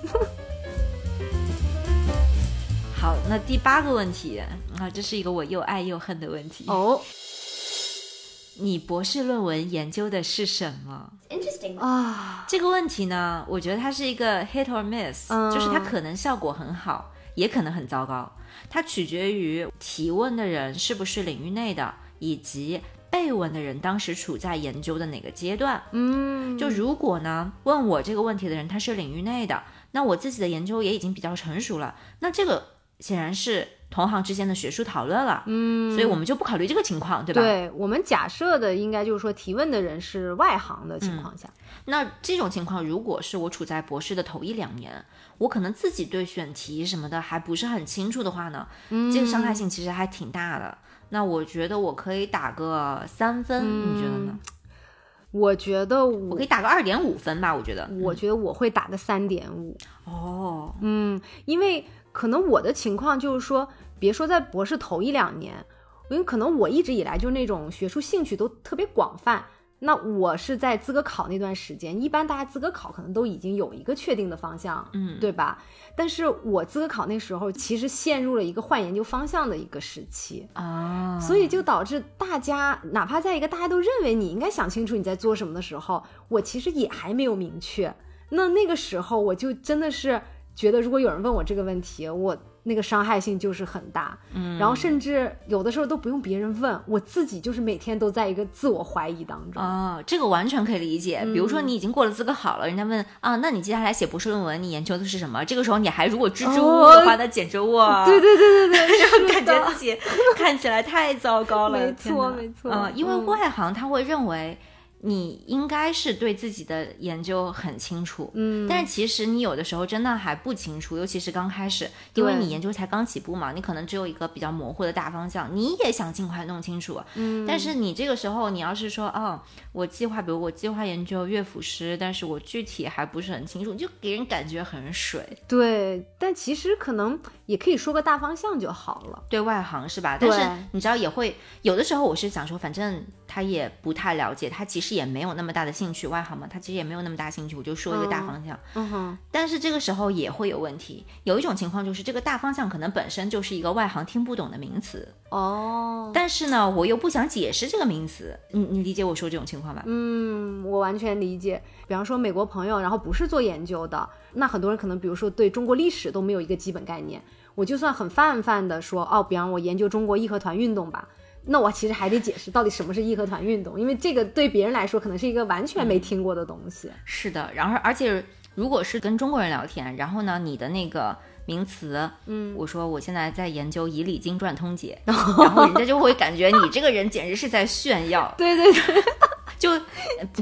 好，那第八个问题啊，这是一个我又爱又恨的问题。
哦
你博士论文研究的是什么？
Interesting.
啊，
这个问题呢，我觉得它是一个 hit or miss，、
嗯
就是它可能效果很好，也可能很糟糕。它取决于提问的人是不是领域内的，以及被问的人当时处在研究的哪个阶段。
嗯，
就如果呢，问我这个问题的人他是领域内的，那我自己的研究也已经比较成熟了，那这个显然是同行之间的学术讨论了，
嗯，
所以我们就不考虑这个情况，对吧？
对我们假设的应该就是说提问的人是外行的
嗯
情况下，
那这种情况，如果是我处在博士的头一两年，我可能自己对选题什么的还不是很清楚的话呢，这个伤
嗯
害性其实还挺大的。那我觉得我可以打个三分，你觉得
嗯
呢？
我觉得
我
我
可以打个二点五分吧，我觉得。
我觉得我会打个三点五。
哦，
嗯，因为可能我的情况就是说，别说在博士头一两年，因为可能我一直以来就是那种学术兴趣都特别广泛。那我是在资格考那段时间，一般大家资格考可能都已经有一个确定的方向，
嗯
对吧？但是我资格考那时候其实陷入了一个换研究方向的一个时期，
啊，
所以就导致大家哪怕在一个大家都认为你应该想清楚你在做什么的时候，我其实也还没有明确。那那个时候我就真的是觉得，如果有人问我这个问题，我那个伤害性就是很大。嗯，然后甚至有的时候都不用别人问，我自己就是每天都在一个自我怀疑当中。
哦，这个完全可以理解。比
嗯
如说，你已经过了资格考了，人家问啊，那你接下来写博士论文，你研究的是什么？这个时候你还如果支支吾吾的话，那简直哇，
哦对对 *laughs* 对对
*laughs*
对，
就是感
的
觉自己看起来太糟糕
*laughs*
了。
没
天
错
哪
没错
呃，因为
嗯
外行他会认为你应该是对自己的研究很清楚，
嗯，
但是其实你有的时候真的还不清楚，尤其是刚开始，因为
对
你研究才刚起步嘛，你可能只有一个比较模糊的大方向，你也想尽快弄清楚。嗯，但是你这个时候，你要是说，哦，我计划，比如我计划研究乐府诗，但是我具体还不是很清楚，就给人感觉很水。
对，但其实可能也可以说个大方向就好了。
对外行是吧？
对
但是你知道也会有的时候，我是想说，反正他也不太了解，他其实也没有那么大的兴趣。外行嘛，他其实也没有那么大兴趣，我就说一个大方向。
嗯哼，
但是这个时候也会有问题，有一种情况就是这个大方向可能本身就是一个外行听不懂的名词，
哦，
但是呢，我又不想解释这个名词。你你理解我说这种情况吧？
嗯，我完全理解。比方说美国朋友，然后不是做研究的，那很多人可能比如说对中国历史都没有一个基本概念。我就算很泛泛的说，哦，比方我研究中国义和团运动吧，那我其实还得解释到底什么是义和团运动，因为这个对别人来说可能是一个完全
嗯
没听过的东西。
是的，然后而且如果是跟中国人聊天，然后呢，你的那个名词，嗯，我说我现在在研究《以
*laughs*，
礼经传通解》，然后人家就会感觉你这个人简直是在炫耀
对对对，
就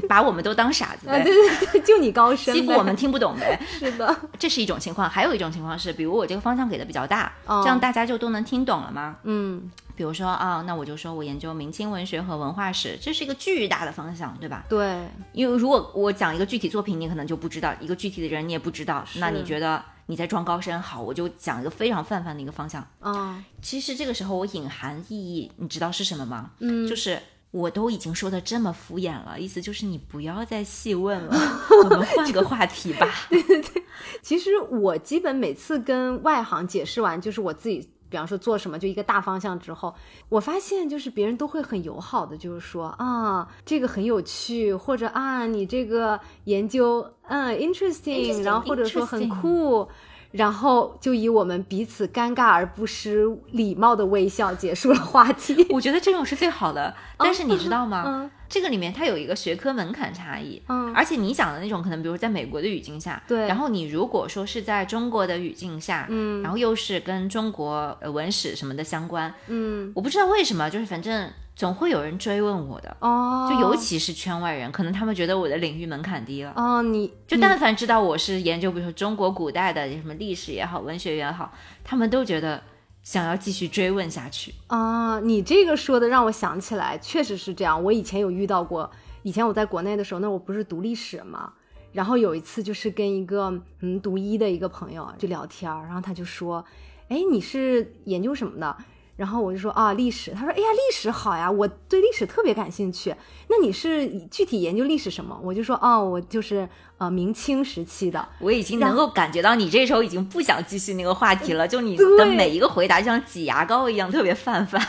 把我们都当傻子
啊，
呗
对，对对，就你高深呗， *laughs*
欺负我们听不懂呗。
是的，
这是一种情况，还有一种情况是，比如我这个方向给的比较大，
哦
这样大家就都能听懂了吗？
嗯，
比如说啊，那我就说我研究明清文学和文化史，这是一个巨大的方向，对吧？
对，
因为如果我讲一个具体作品，你可能就不知道，一个具体的人你也不知道，那你觉得你在装高深？好，我就讲一个非常泛泛的一个方向。
啊，
其实这个时候我隐含意义，你知道是什么吗？
嗯
就是我都已经说的这么敷衍了，意思就是你不要再细问
*laughs*
了，我们换个话题吧。
其实我基本每次跟外行解释完，就是我自己，比方说做什么，就一个大方向之后，我发现就是别人都会很友好的，就是说啊，这个很有趣，或者啊，你这个研究，嗯，interesting，
Interesting，
然后或者说很
interesting
酷。然后就以我们彼此尴尬而不失礼貌的微笑结束了话题。
我觉得这种是最好的，但是你知道吗？
哦嗯
这个里面它有一个学科门槛差异，
*laughs* 嗯
而且你讲的那种可能，比如在美国的语境下，
对
然后你如果说是在中国的语境下，
嗯
然后又是跟中国呃文史什么的相关，
嗯，
我不知道为什么，就是反正总会有人追问我的，
哦，
就尤其是圈外人，可能他们觉得我的领域门槛低了，
哦，你
就但凡知道我是研究，比如说中国古代的什么历史也好，文学也好，他们都觉得想要继续追问下去。
啊，你这个说的让我想起来，确实是这样。我以前有遇到过，以前我在国内的时候，那我不是读历史嘛，然后有一次就是跟一个嗯读医的一个朋友就聊天儿，然后他就说：“哎，你是研究什么的？”然后我就说啊，历史。他说：“哎呀，历史好呀，我对历史特别感兴趣。那你是具体研究历史什么？”我就说：“哦，我就是呃明清时期的。”
我已经
然
能够感觉到你这时候已经不想继续那个话题了，就你的
对
每一个回答就像挤牙膏一样，特别泛 *laughs* 泛。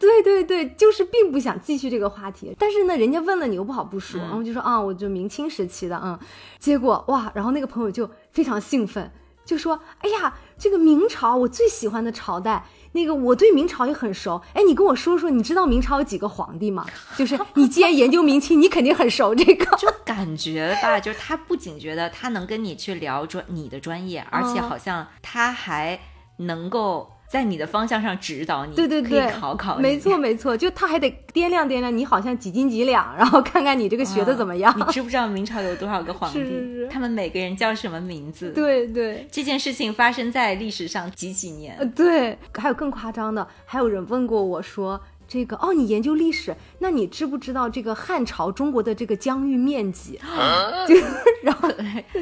对对对，就是并不想继续这个话题，但是呢，人家问了你又不好不说，然后就说啊，我就明清时期的，嗯，结果哇，然后那个朋友就非常兴奋，就说，哎呀，这个明朝我最喜欢的朝代，那个我对明朝也很熟，哎，你跟我说说，你知道明朝有几个皇帝吗？就是你既然研究明清，你肯定很熟这个。
就感觉吧，就是他不仅觉得他能跟你去聊专你的专业，而
哦
且好像他还能够在你的方向上指导你，
对对
可
对，
以考考你，
没错没错，就他还得掂量掂量你好像几斤几两，然后看看你这个
哇，
学的怎么样。
你知不知道明朝有多少个皇帝？
是是是
他们每个人叫什么名字？
对对，
这件事情发生在历史上几几年
呃，？对，还有更夸张的，还有人问过我说。这个哦，你研究历史，那你知不知道这个汉朝中国的这个疆域面
*gasps*
积，
Uh-huh.
然后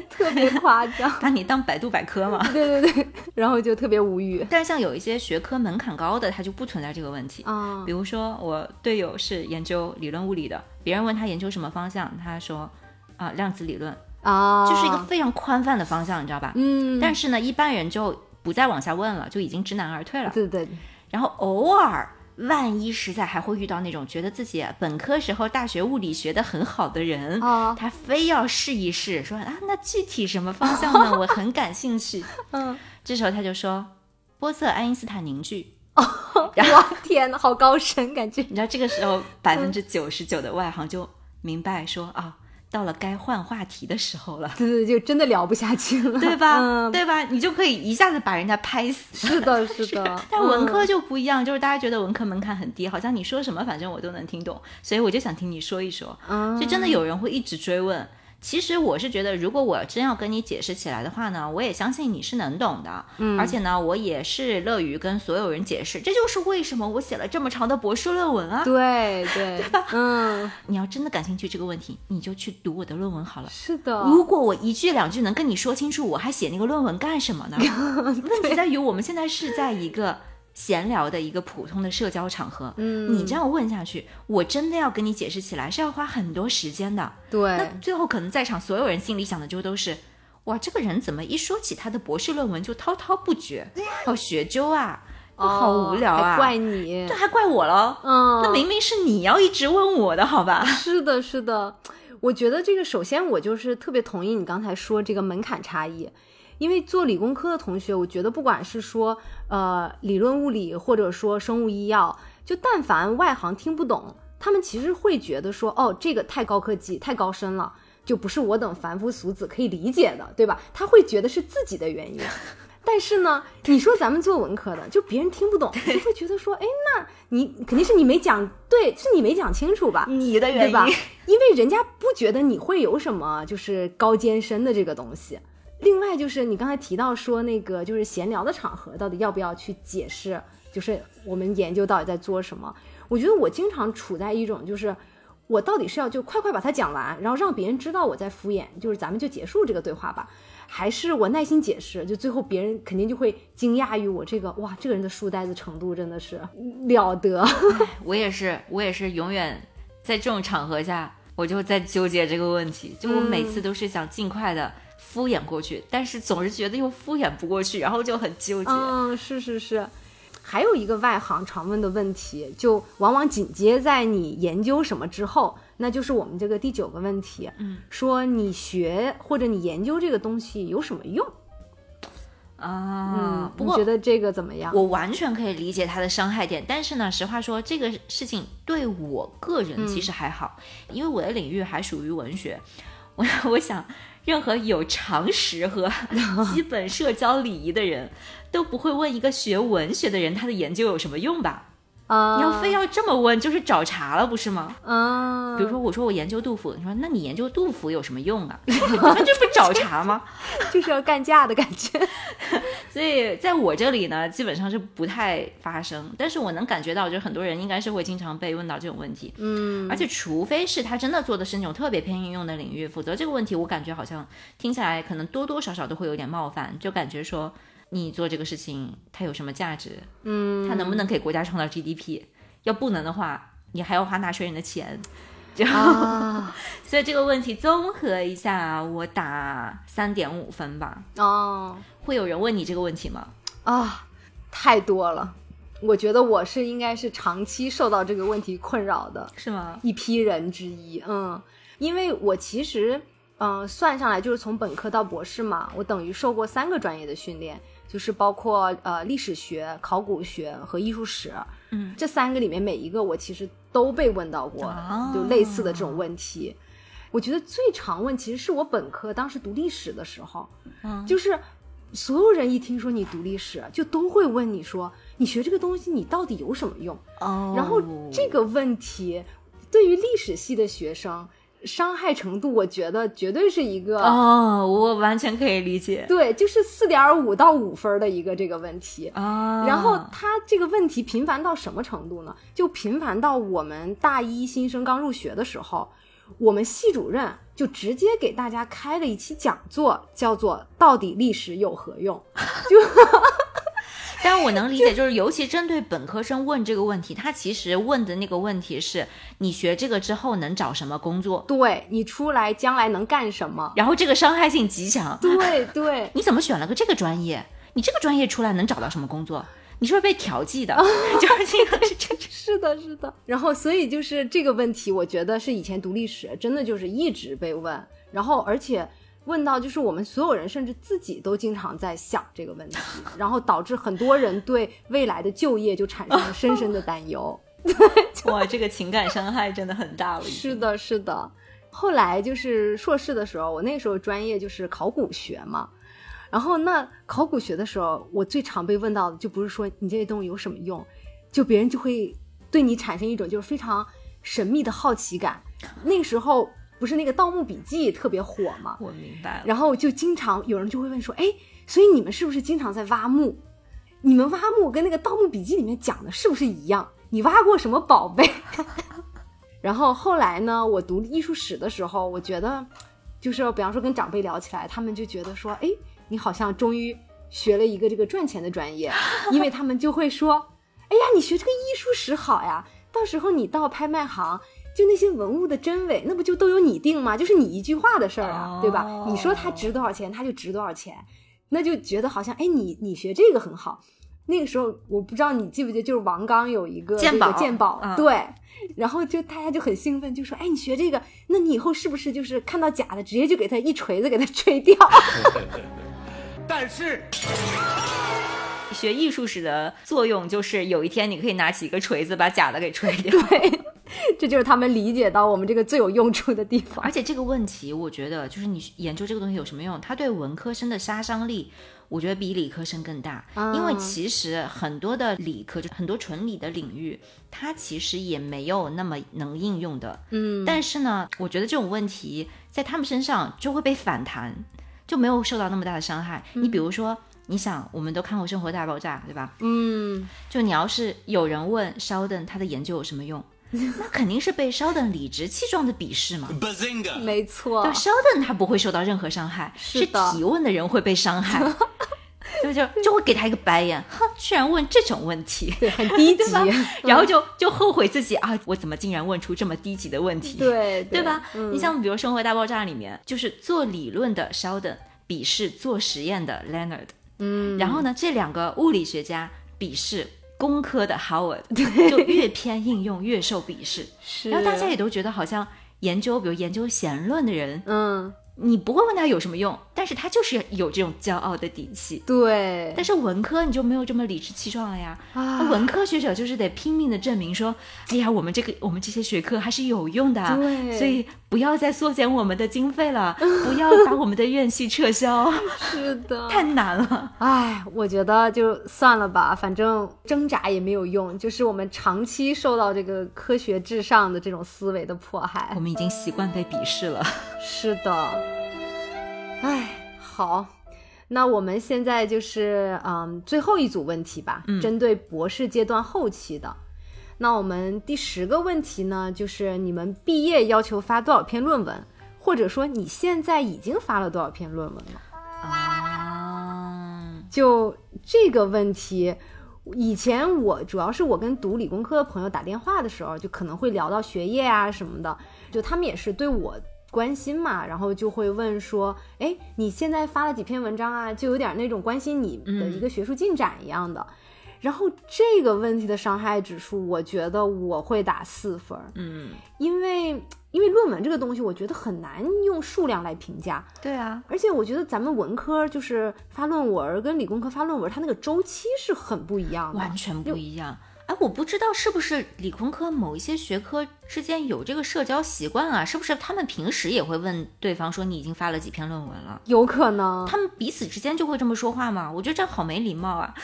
特别夸张，
把你当百度百科吗？
*laughs* 对对对，然后就特别无语
但是像有一些学科门槛高的，它就不存在这个问题。
啊
比如说，我队友是研究理论物理的，别人问他研究什么方向，他说啊、量子理论，
啊，
就是一个非常宽泛的方向，你知道吧？
嗯，
但是呢，一般人就不再往下问了，就已经知难而退了。
对对
然后偶尔，万一实在还会遇到那种觉得自己本科时候大学物理学的很好的人，
啊，
他非要试一试，
*laughs*
说啊，那具体什么方向呢？我很感兴趣。
嗯，
这时候他就说，玻色爱因斯坦凝聚。
哇天呐，好高深感觉，
你知道这个时
嗯
候百分之九十九的外行就明白说啊，到了该换话题的时候
*laughs*
了，
对对，就真的聊不下去了，
对吧？
嗯，
对吧？你就可以一下子把人家拍死。
是
*laughs*
的，是的，
但文科
嗯
就不一样，就是大家觉得文科门槛很低，好像你说什么反正我都能听懂，所以我就想听你说一说。
啊
就真的有人会一直追问。其实我是觉得，如果我真要跟你解释起来的话呢，我也相信你是能懂的，
嗯
而且呢，我也是乐于跟所有人解释。这就是为什么我写了这么长的博士论文啊！
对对，嗯，
你要真的感兴趣这个问题，你就去读我的论文好了。
是的，
如果我一句两句能跟你说清楚，我还写那个论文干什
*laughs*
么呢？问题在于我们现在是在一个闲聊的一个普通的社交场合，
嗯
你这样问下去，我真的要跟你解释起来是要花很多时间的。那
对，
最后可能在场所有人心里想的就都是。哇，这个人怎么一说起他的博士论文就滔滔
*laughs*
不绝，好学究啊，好无聊
哦还
啊，
怪你
这，还怪我了。
嗯，
那明明是你要一直问我的，好 *laughs* 吧？
是的，是的，我觉得这个首先我就是特别同意你刚才说这个门槛差异，因为做理工科的同学，我觉得不管是说呃理论物理，或者说生物医药，就但凡外行听不懂，他们其实会觉得说哦这个太高科技、太高深了，就不是我等凡夫俗子可以理解的，对吧？他会觉得是自己的原因。但是呢，你说咱们做文科的，就别人听不懂，就会觉得说，哎，那你肯定是你没讲对，是你没讲清楚吧？
你的
对吧？因 *laughs* 为人家不觉得你会有什么就是高尖深的这个东西。另外就是你刚才提到说那个就是闲聊的场合，到底要不要去解释？就是我们研究到底在做什么？我觉得我经常处在一种就是呃我到底是要就快快把它讲完，然后让别人知道我在敷衍，就是咱们就结束这个对话吧，还是我耐心解释？就最后别人肯定就会惊讶于我这个哇，这个人的书呆子程度真的是了得。
我也是，我也是永远在这种场合下，我就在纠结这个问题。就我每
嗯
次都是想尽快的敷衍过去，但是总是觉得又敷衍不过去，然后就很纠结。
嗯，是是是。还有一个外行常问的问题，就往往紧接在你研究什么之后，那就是我们这个第九个问题，
嗯，
说你学或者你研究这个东西有什么用？嗯
啊，不
你
过
觉得这个怎么样？
我完全可以理解他的伤害点，但是呢，实话说，这个事情对我个
嗯
人其实还好，因为我的领域还属于文学。我 *laughs* 我想，任何有常
*laughs*
识和基本社交礼仪的人，都不会问一个学文学的人他的研究有什么用吧？
啊，
你要非要这么问，就是找茬了，不是吗？
啊，
比如说，我说我研究杜甫，你说那你研究杜甫有什么用啊？那这不找茬吗？ *laughs*
就是要干架的感觉。
所以在我这里呢，基本上是不太发生，但是我能感觉到，就是很多人应该是会经常被问到这种问题，
嗯
而且除非是他真的做的是那种特别偏应用的领域，否则这个问题我感觉好像听下来可能多多少少都会有点冒犯，就感觉说你做这个事情它有什么价值，
嗯，
*laughs* 它能不能给国家创造 GDP，要不能的话，你还要花纳税人的钱。就
啊
所以这个问题综合一下，我打三点五分吧。
哦
会有人问你这个问题吗？
啊，太多了。我觉得我是应该是长期受到这个问题困扰的。
是吗？
一批人之一。嗯，因为我其实，嗯、算上来就是从本科到博士嘛，我等于受过三个专业的训练，就是包括呃历史学、考古学和艺术史。
嗯，
这三个里面每一个我其实都被问到过，
哦
就类似的这种问题。我觉得最常问其实是我本科当时读历史的时候，
嗯
就是所有人一听说你读历史，就都会问你说你学这个东西你到底有什么用？
哦
然后这个问题对于历史系的学生伤害程度，我觉得绝对是一个、
哦，我完全可以理 *laughs* 解
对，就是四点五到五分儿的一个这个问题。
啊。
然后他这个问题频繁到什么程度呢？就频繁到我们大一新生刚入学的时候，我们系主任就直接给大家开了一期讲座，叫做“到底历史有何用”。
但我能理解，就是尤其针对本科生问这个问题，他其实问的那个问题是你学这个之后能找什么工作，
对你出来将来能干什么？
然后这个伤害性极强。
对对，
你怎么选了个这个专业？你这个专业出来能找到什么工作？你是不是被调剂 *laughs* 的？就是这个是这
是的，是的。然后，所以就是这个问题，我觉得是以前读历史真的就是一直被问，然后而且问到就是我们所有人甚至自己都经常在想这个问题，然后导致很多人对未来的就业就产生了深深的担忧。
哇，这个情感伤害真的很大了。
是的，是的。后来就是硕士的时候，我那时候专业就是考古学嘛。然后那考古学的时候，我最常被问到的就不是说你这些东西有什么用，就别人就会对你产生一种就是非常神秘的好奇感。那个时候不是那个《盗墓笔记》特别火嘛，
我明白了。
然后就经常有人就会问说，哎，所以你们是不是经常在挖墓？你们挖墓跟那个《盗墓笔记》里面讲的是不是一样？你挖过什么宝贝？ *laughs* 然后后来呢，我读艺术史的时候，我觉得，就是比方说跟长辈聊起来，他们就觉得说，哎，你好像终于学了一个这个赚钱的专业，
*laughs*
因为他们就会说，哎呀，你学这个艺术史好呀，到时候你到拍卖行。就那些文物的真伪，那不就都由你定吗？就是你一句话的事儿啊，对吧
哦？
你说它值多少钱，它就值多少钱，那就觉得好像哎，你你学这个很好。那个时候我不知道你记不记得，就是王刚有一个
鉴
这个
宝
鉴宝，
嗯
对，然后就大家就很兴奋，就说：“哎，你学这个，那你以后是不是就是看到假的，直接就给他一锤子给他锤掉
但是
*laughs*
学艺术史的作用就是有一天你可以拿起一个锤子把假的给锤掉。对，
这就是他们理解到我们这个最有用处的地方
而。且这个问题，我觉得就是你研究这个东西有什么用？它对文科生的杀伤力，我觉得比理科生更大。
啊
因为其实很多的理科，就很多纯理的领域，它其实也没有那么能应用的。
嗯，
但是呢，我觉得这种问题在他们身上就会被反弹，就没有受到那么大的伤害。你比如说，你想，我们都看过《生活大爆炸》，对吧？
嗯，
就你要是有人问稍等他的研究有什么
*laughs*
用，那肯定是被稍等理直气壮的鄙视嘛。
Bazinga！
没错
对，，稍等他不会受到任何伤害，
哦是
是
的
提问的人会被
*laughs*
伤害，就就就会给他一个白眼，哼，居然问这种问题，
对，很低级，
*laughs*
*laughs* 嗯
然后就就后悔自己啊，我怎么竟然问出这么低级的问题？
对嗯
对吧？你像比如《生活大爆炸》里面，就是做理论的 Sheldon 鄙视做实验的 Leonard，
嗯，
然后呢，这两个物理学家鄙视工科的 Howard，就越偏应用越受鄙视。
*laughs* 是，啊
然后大家也都觉得好像研究，比如研究弦论的人，
嗯，
你不会问他有什么用，但是他就是有这种骄傲的底气。
对，
但是文科你就没有这么理直气壮了呀。
啊
文科学者就是得拼命的证明说，哎呀，我们这个我们这些学科还是有用的啊，
对
所以不要再缩减我们的经费 *laughs* 了，不要把我们的院系撤销，
是的，
太难了。
唉，我觉得就算了吧，反正挣扎也没有用。就是我们长期受到这个科学至上的这种思维的迫害
我。们已经习惯被鄙视了。
是的，唉，好，那我们现在就是嗯最后一组问题吧，针对博士阶段后期的。那我们第十个问题呢，就是你们毕业要求发多少篇论文，或者说你现在已经发了多少篇论文了？
啊，
就这个问题，以前我主要是我跟读理工科的朋友打电话的时候，就可能会聊到学业啊什么的，就他们也是对我关心嘛，然后就会问说，哎，你现在发了几篇文章啊？就有点那种关心你的一个学术进展一样的。然后这个问题的伤害指数，我觉得我会打四分儿，
嗯，
因为因为论文这个东西，我觉得很难用数量来评价。
对啊，
而且我觉得咱们文科就是发论文儿跟理工科发论文儿，它那个周期是很不一样的。
完全不一样。哎，我不知道是不是理工科某一些学科之间有这个社交习惯啊？是不是他们平时也会问对方说你已经发了几篇论文了？
有可能，
他们彼此之间就会这么说话吗？我觉得这样好没礼貌啊！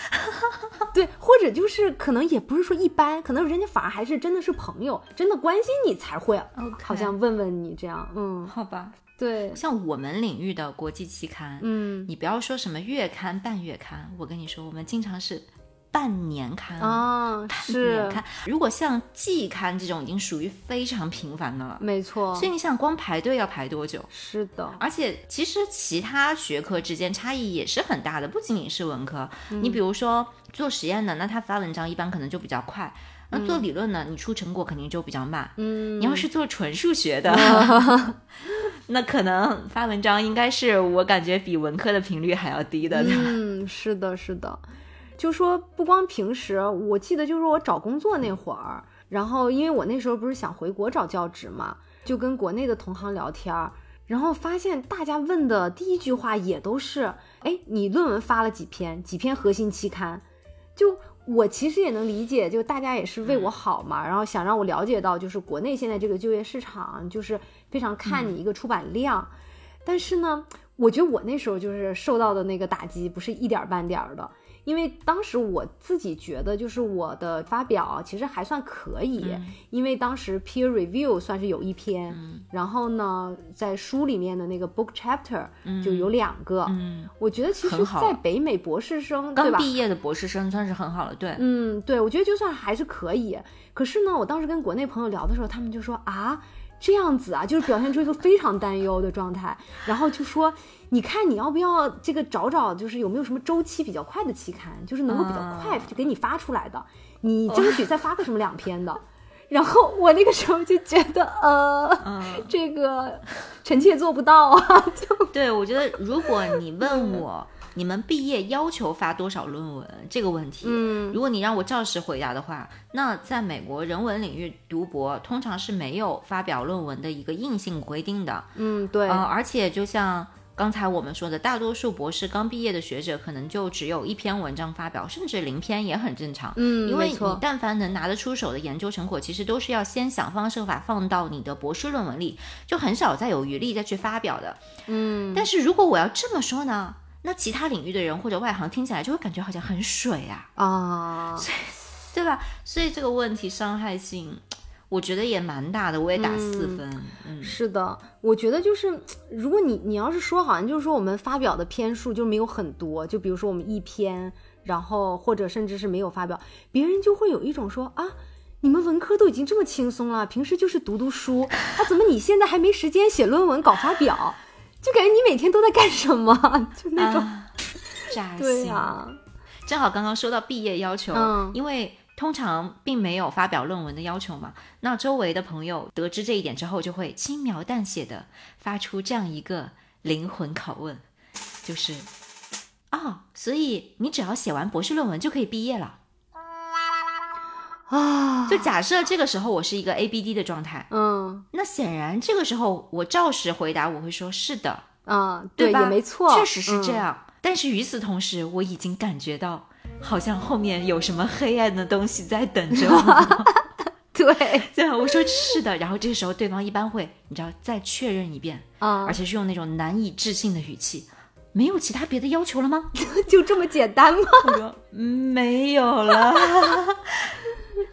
对，或者就是可能也不是说一般，可能人家反而还是真的是朋友，真的关心你才会
OK
好像问问你这样，嗯，
*laughs* 好吧，
对，
像我们领域的国际期刊，
嗯
你不要说什么月刊、半月刊，我跟你说，我们经常是半年刊。
啊，
年
是，
刊，如果像季刊这种已经属于非常频繁的了，
没错，
所以你想光排队要排多久？
是的，
而且其实其他学科之间差异也是很大的，不仅仅是文科。
嗯
你比如说做实验的，那他发文章一般可能就比较快；那做理论呢，你出成果肯定就比较慢。
嗯，
你要是做纯数学 *laughs* 的，那可能发文章应该是我感觉比文科的频率还要低的。
嗯，是的，是的，就说不光平时，我记得就是我找工作那会儿，然后因为我那时候不是想回国找教职嘛，就跟国内的同行聊天儿，然后发现大家问的第一句话也都是，哎，你论文发了几篇？几篇核心期刊？就我其实也能理解，就大家也是为我好嘛，然后想让我了解到，就是国内现在这个就业市场，就是非常看你一个出版量。但是呢，我觉得我那时候就是受到的那个打击不是一点儿半点儿的，因为当时我自己觉得就是我的发表啊其实还算可以，
嗯
因为当时 peer review 算是有一篇，然后呢，在书里面的那个 book chapter 就有两个，
嗯，
我觉得其实
很好
在北美博士生对
刚
吧？
毕业的博士生算是很好了，对，
嗯，对，我觉得就算还是可以。可是呢，我当时跟国内朋友聊的时候，他们就说啊，这样子啊，就是表现出一个非常担忧的状态，然后就说，你看你要不要这个找找，就是有没有什么周期比较快的期刊，就是能够比较快就给你发出来的，你争取再发个什么两篇的。然后我那个时候就觉得，呃，
嗯
这个臣妾做不到啊，
对，我觉得如果你问我你们毕业要求发多少论文这个问题，
嗯
如果你让我照实回答的话，那在美国人文领域读博通常是没有发表论文的一个硬性规定的，
嗯，对，
呃，而且就像刚才我们说的，大多数博士刚毕业的学者可能就只有一篇文章发表，甚至零篇也很正常。
嗯
因为
没
你
错
但凡能拿得出手的研究成果，其实都是要先想方设法放到你的博士论文里，就很少再有余力再去发表的。
嗯，
但是如果我要这么说呢，那其他领域的人或者外行听起来就会感觉好像很水啊，
啊，
对吧？所以这个问题伤害性，我觉得也蛮大的，我也打四分。
*laughs*
嗯
是的，我觉得就是，如果你你要是说，好像就是说我们发表的篇数就没有很多，就比如说我们一篇，然后或者甚至是没有发表，别人就会有一种说啊，你们文科都已经这么轻松了，平时就是读读书，啊，怎么你现在还没时间写论文搞发表？就感觉你每天都在干什么？ *laughs* 就那种，
啊、扎心。
对啊，
正好刚刚说到毕业要求，
嗯
因为通常并没有发表论文的要求嘛，那周围的朋友得知这一点之后，就会轻描淡写的发出这样一个灵魂拷问，就是啊、所以你只要写完博士论文就可以毕业了。
啊，
就假设这个时候我是一个 ABD 的状态，
嗯
那显然这个时候我照实回答，我会说是的，
啊，
对吧？
也没错，
确实是
嗯
这样。但是与此同时，我已经感觉到，好像后面有什么黑暗的东西在等着我。 *laughs*
对
对啊，我说是的。然后这个时候，对方一般会，你知道，再确认一遍，
啊
而，且是用那种难以置信的语气。没有其他别的要求了吗？ *laughs*
啊就这么简单吗？
我说嗯没有了。 *laughs*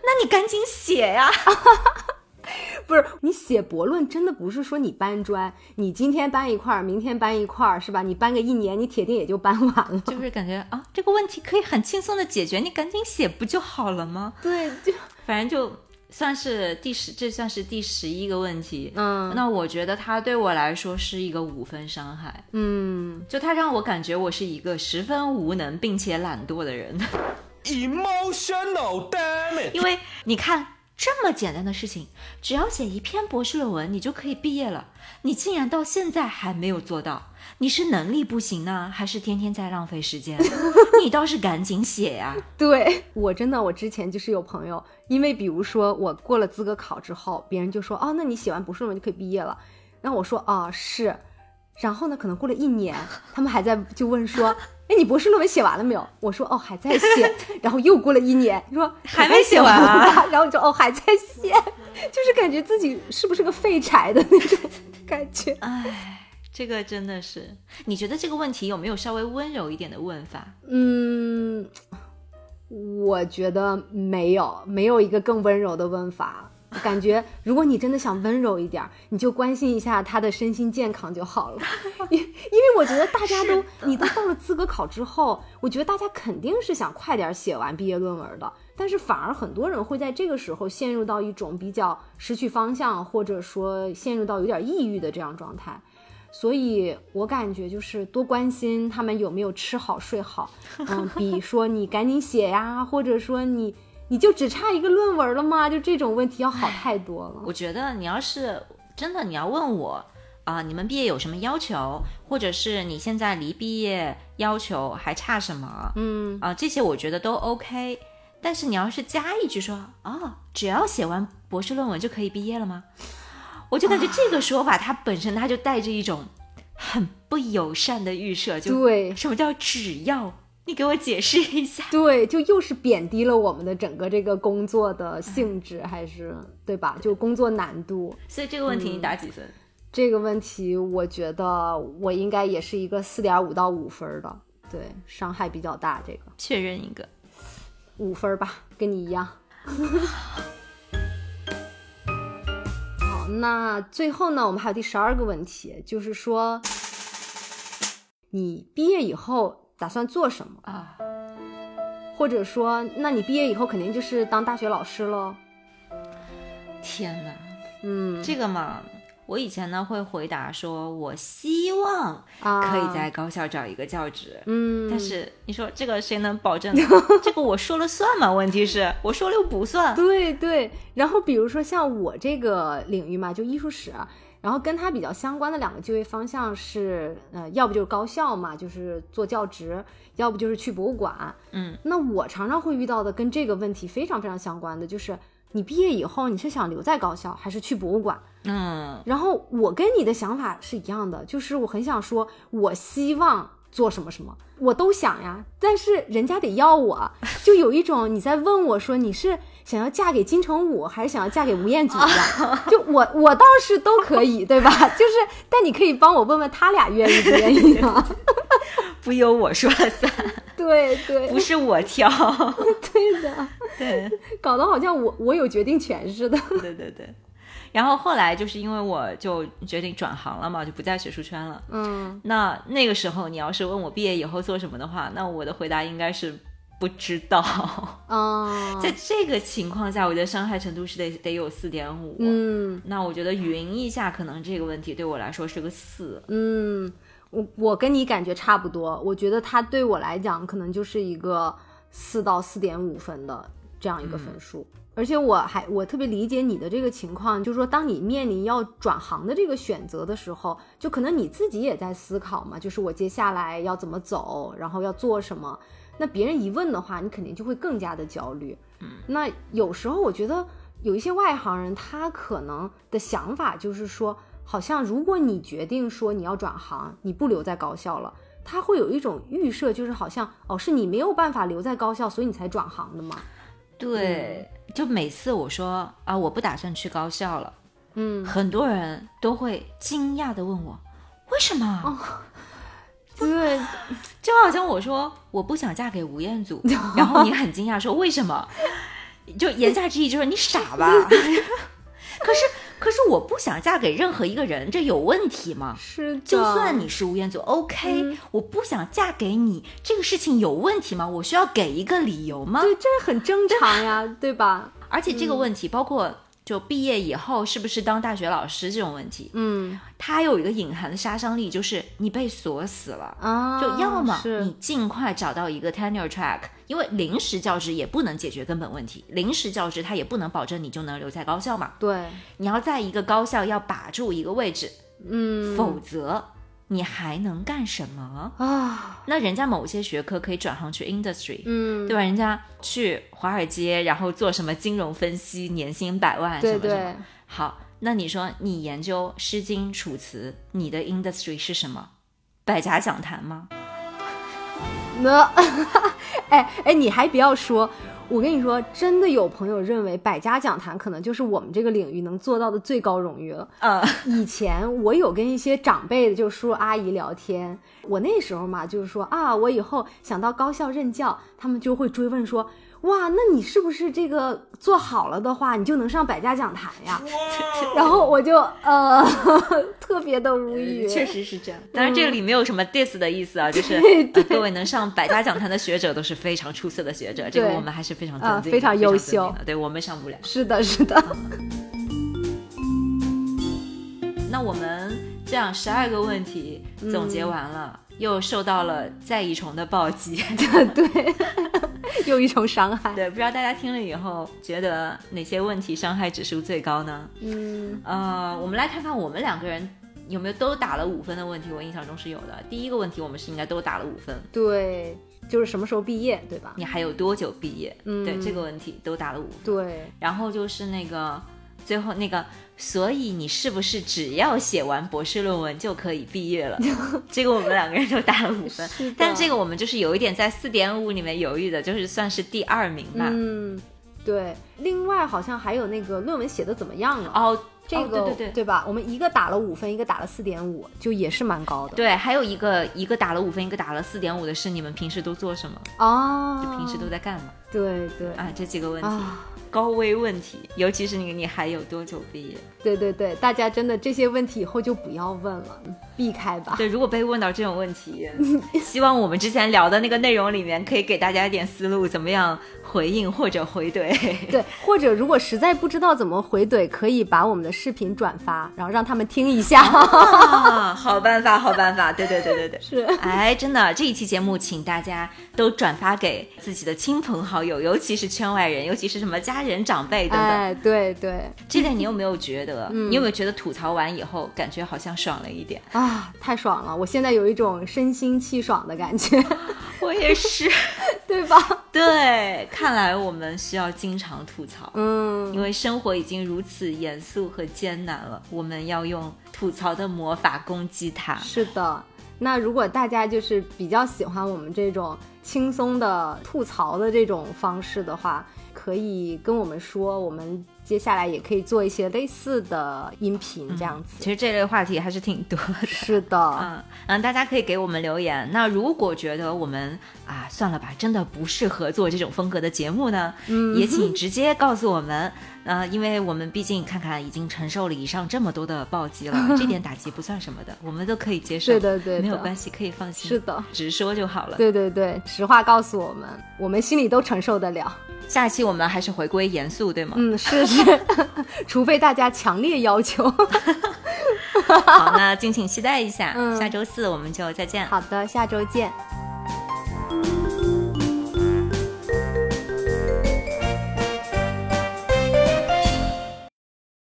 那你赶紧写呀！ *laughs*
不是你写博论，真的不是说你搬砖，你今天搬一块儿，明天搬一块儿，是吧？你搬个一年，你铁定也就搬完了。
就是感觉啊，这个问题可以很轻松的解决，你赶紧写不就好了吗？
对，就
反正就算是第十，这算是第十一个问题。
嗯
那我觉得它对我来说是一个五分伤害，
嗯，
就它让我感觉我是一个十分无能并且懒惰的人，
Emotional damage，
因为你看。这么简单的事情，只要写一篇博士论文，你就可以毕业了。你竟然到现在还没有做到，你是能力不行呢，还是天天在浪费时间？你倒是赶紧写呀、
对 *laughs* 我真的，我之前就是有朋友，因为比如说我过了资格考之后，别人就说哦，那你写完博士论文就可以毕业了。然后我说啊、是，然后呢，可能过了一年，他们还在就问说，哎，你博士论文写完了没有？我说哦，还在写。然后又过了一年，说
*laughs* 还没写完啊
吧 *laughs* 然后我就哦还在写， *laughs* 就是感觉自己是不是个废柴的那种感觉。
唉，这个真的是，你觉得这个问题有没有稍微温柔一点的问法？
嗯，我觉得没有，没有一个更温柔的问法。感觉如果你真的想温柔一点儿，你就关心一下他的身心健康就好了。因因为我觉得大家都，你都到了资格考之后，我觉得大家肯定是想快点写完毕业论文的，但是反而很多人会在这个时候陷入到一种比较失去方向，或者说陷入到有点抑郁的这样状态。所以我感觉就是多关心他们有没有吃好睡好，嗯，比说你赶紧写呀，或者说你你就只差一个论文了吗？就这种问题要好太多了。
我觉得你要是真的你要问我啊、你们毕业有什么要求，或者是你现在离毕业要求还差什么啊、
嗯
这些我觉得都 OK。但是你要是加一句说啊、只要写完博士论文就可以毕业了吗？我就感觉这个说法它本身它就带着一种很不友善的预设，就
对
什么叫只要？你给我解释一下。
对，就又是贬低了我们的整个这个工作的性质，还是对吧？就工作难度
所以这个问
嗯
题你打几分？
这个问题，我觉得我应该也是一个四点五到五分儿的，对，伤害比较大，这个
确认一个。
五分儿吧，跟你一样。 *laughs* 好，那最后呢，我们还有第十二个问题，就是说，你毕业以后打算做什么？
啊，
或者说，那你毕业以后肯定就是当大学老师喽？
天哪！
嗯，
这个嘛，我以前呢会回答说，我希望
啊，
可以在高校找一个教职。
嗯，
但是你说这个谁能 *laughs* 保证呢？这个我说了算吗？问题是我说了又不算。
对对，然后比如说像我这个领域嘛，就艺术史啊，然后跟它比较相关的两个就业方向是，呃，要不就是高校嘛，就是做教职，要不就是去博物馆。
嗯
那我常常会遇到的跟这个问题非常非常相关的，就是你毕业以后你是想留在高校还是去博物馆？
嗯
然后我跟你的想法是一样的，就是我很想说，我希望做什么什么，我都想呀，但是人家得要我，就有一种你在问我说你是想要嫁给金城武还是想要嫁给吴彦祖呀？就我我倒是都可以，对吧？ *laughs* 就是，但你可以帮我问问他俩愿意不愿意吗？
不由我说了算，
*laughs* 对对
不是我挑。 *laughs*
对的，
对
*laughs* 搞得好像我我有决定权似的。
对对对。然后后来就是因为我就决定转行了嘛，就不在学术圈了。
嗯，
那那个时候你要是问我毕业以后做什么的话，那我的回答应该是不知道。
啊，
在这个情况下，我觉得伤害程度是得得有四点五。
嗯。
那我觉得云一下可能这个问题对我来说是个四，
嗯，我我跟你感觉差不多，我觉得它对我来讲可能就是一个四到四点五分的这样一个分数。而且我还我特别理解你的这个情况，就是说，当你面临要转行的这个选择的时候，就可能你自己也在思考嘛，就是我接下来要怎么走，然后要做什么。那别人一问的话，你肯定就会更加的焦虑。嗯，那有时候我觉得有一些外行人，他可能的想法就是说，好像如果你决定说你要转行，你不留在高校了，他会有一种预设，就是好像哦，是你没有办法留在高校，所以你才转行的嘛。
对，就每次我说啊，我不打算去高校了，
嗯，
很多人都会惊讶的问我，为什么？
哦对，
就好像我说我不想嫁给吴
*laughs*
彦祖，然后你很惊讶说为什么？就言下之意就是你傻
*laughs*
吧？ *laughs* 可是可是我不想嫁给任何一个人，这有问题吗？
是的，嗯
就算你是吴彦祖，OK，、我不想嫁给你，这个事情有问题吗？我需要给一个理由吗？
对，这很正常呀，对吧？
而且这个问题包括就毕业以后是不是当大学老师这种问题，
嗯
它有一个隐含的杀伤力，就是你被锁死了。
*laughs* 啊，
就要么你
是
尽快找到一个 tenure track，因为临时教职也不能解决根本问题，临时教职它也不能保证你就能留在高校嘛。
对，
你要在一个高校要把住一个位置，
嗯
否则你还能干什么？
啊，
那人家某些学科可以转行去 industry，、
嗯，
对吧？人家去华尔街，然后做什么金融分析，年薪百万什
对
么什么。
对，
好，那你说你研究《诗经》《楚辞》，你的 industry 是什么？百家讲坛吗？
那，哎哎，你还不要说，我跟你说，真的有朋友认为百家讲坛可能就是我们这个领域能做到的最高荣誉了。
呃，
以前我有跟一些长辈，就叔叔阿姨聊天，我那时候嘛，就是说啊，我以后想到高校任教，他们就会追问说，哇，那你是不是这个做好了的话，你就能上百家讲坛呀？然后我就呃， *laughs* 特别的无语。
呃确实是这样。当然，这里没有什么 diss 的意思
嗯 *laughs*
啊，就是呃各位能上百家讲坛的学者都是非常出色的学者，这个
对
我们还是非常尊
啊
敬的、
非常优秀
尊敬的对我们上不了。
是的，是的， *laughs*
那我们这样十二个问题总结完了，又受到了再一重的暴击。
又一重伤害。
对，不知道大家听了以后觉得哪些问题伤害指数最高呢？
嗯
呃，我们来看看我们两个人有没有都打了五分的问题。我印象中是有的。第一个问题，我们是应该都打了五分。
对，就是什么时候毕业，对吧？
你还有多久毕业？
嗯
对这个问题都打了五分。
对，
然后就是那个最后那个，所以你是不是只要写完博士论文就可以毕业
*laughs*
了？这个我们两个人都打了五分
是的，
但这个我们就是有一点在四点五里面犹豫的，就是算是第二名吧。
嗯，对。另外好像还有那个论文写的怎么样啊了？
哦，
这个、
哦对对对。
吧？我们一个打了五分，一个打了四点五，就也是蛮高的。
对，还有一个一个打了五分，一个打了四点五的是你们平时都做什么？
哦，
就平时都在干嘛？
对对
啊，这几个问题，
啊，
高危问题，尤其是你你还有多久毕业？
对对对，大家真的这些问题以后就不要问了，避开 *laughs* 吧。
对，如果被问到这种问题， *laughs* 希望我们之前聊的那个内容里面可以给大家一点思路，怎么样回应或者回怼。
对，或者如果实在不知道怎么回怼，可以把我们的视频转发，然后让他们听一下。
啊，好办法，好办法，对对对对对。
*laughs* 是，
哎，真的，这一期节目，请大家都转发给自己的亲朋好友，尤其是圈外人，尤其是什么家人、长辈等等。
哎，对对
*laughs* 这点你有没有觉得？你有没有觉得吐槽完以后，感觉好像爽了一点？
啊，太爽了！我现在有一种身心气爽的感觉。 *laughs*
我也是。
对，对吧？
对，看来我们需要经常吐槽，
嗯，
因为生活已经如此严肃和艰难了，我们要用吐槽的魔法攻击它。
是的。那如果大家就是比较喜欢我们这种轻松的吐槽的这种方式的话，可以跟我们说，我们接下来也可以做一些类似的音频这样子。
嗯其实这类话题还是挺多的。
是的，
嗯嗯，大家可以给我们留言。那如果觉得我们啊，算了吧，真的不适合做这种风格的节目呢，
嗯
也请直接告诉我们。呃，因为我们毕竟看看已经承受了以上这么多的暴击了，这点打击不算什么的，我们都可以接受。
对的对的
没有关系，可以放心。
是的，
直说就好了。
对对对，实话告诉我们，我们心里都承受得了。
下期我们还是回归严肃，对吗？
嗯，是 *laughs*
*laughs*
是，除非大家强烈要求。 *laughs*
好，那敬请期待一下，
嗯
下周四我们就再见。
好的，下周见，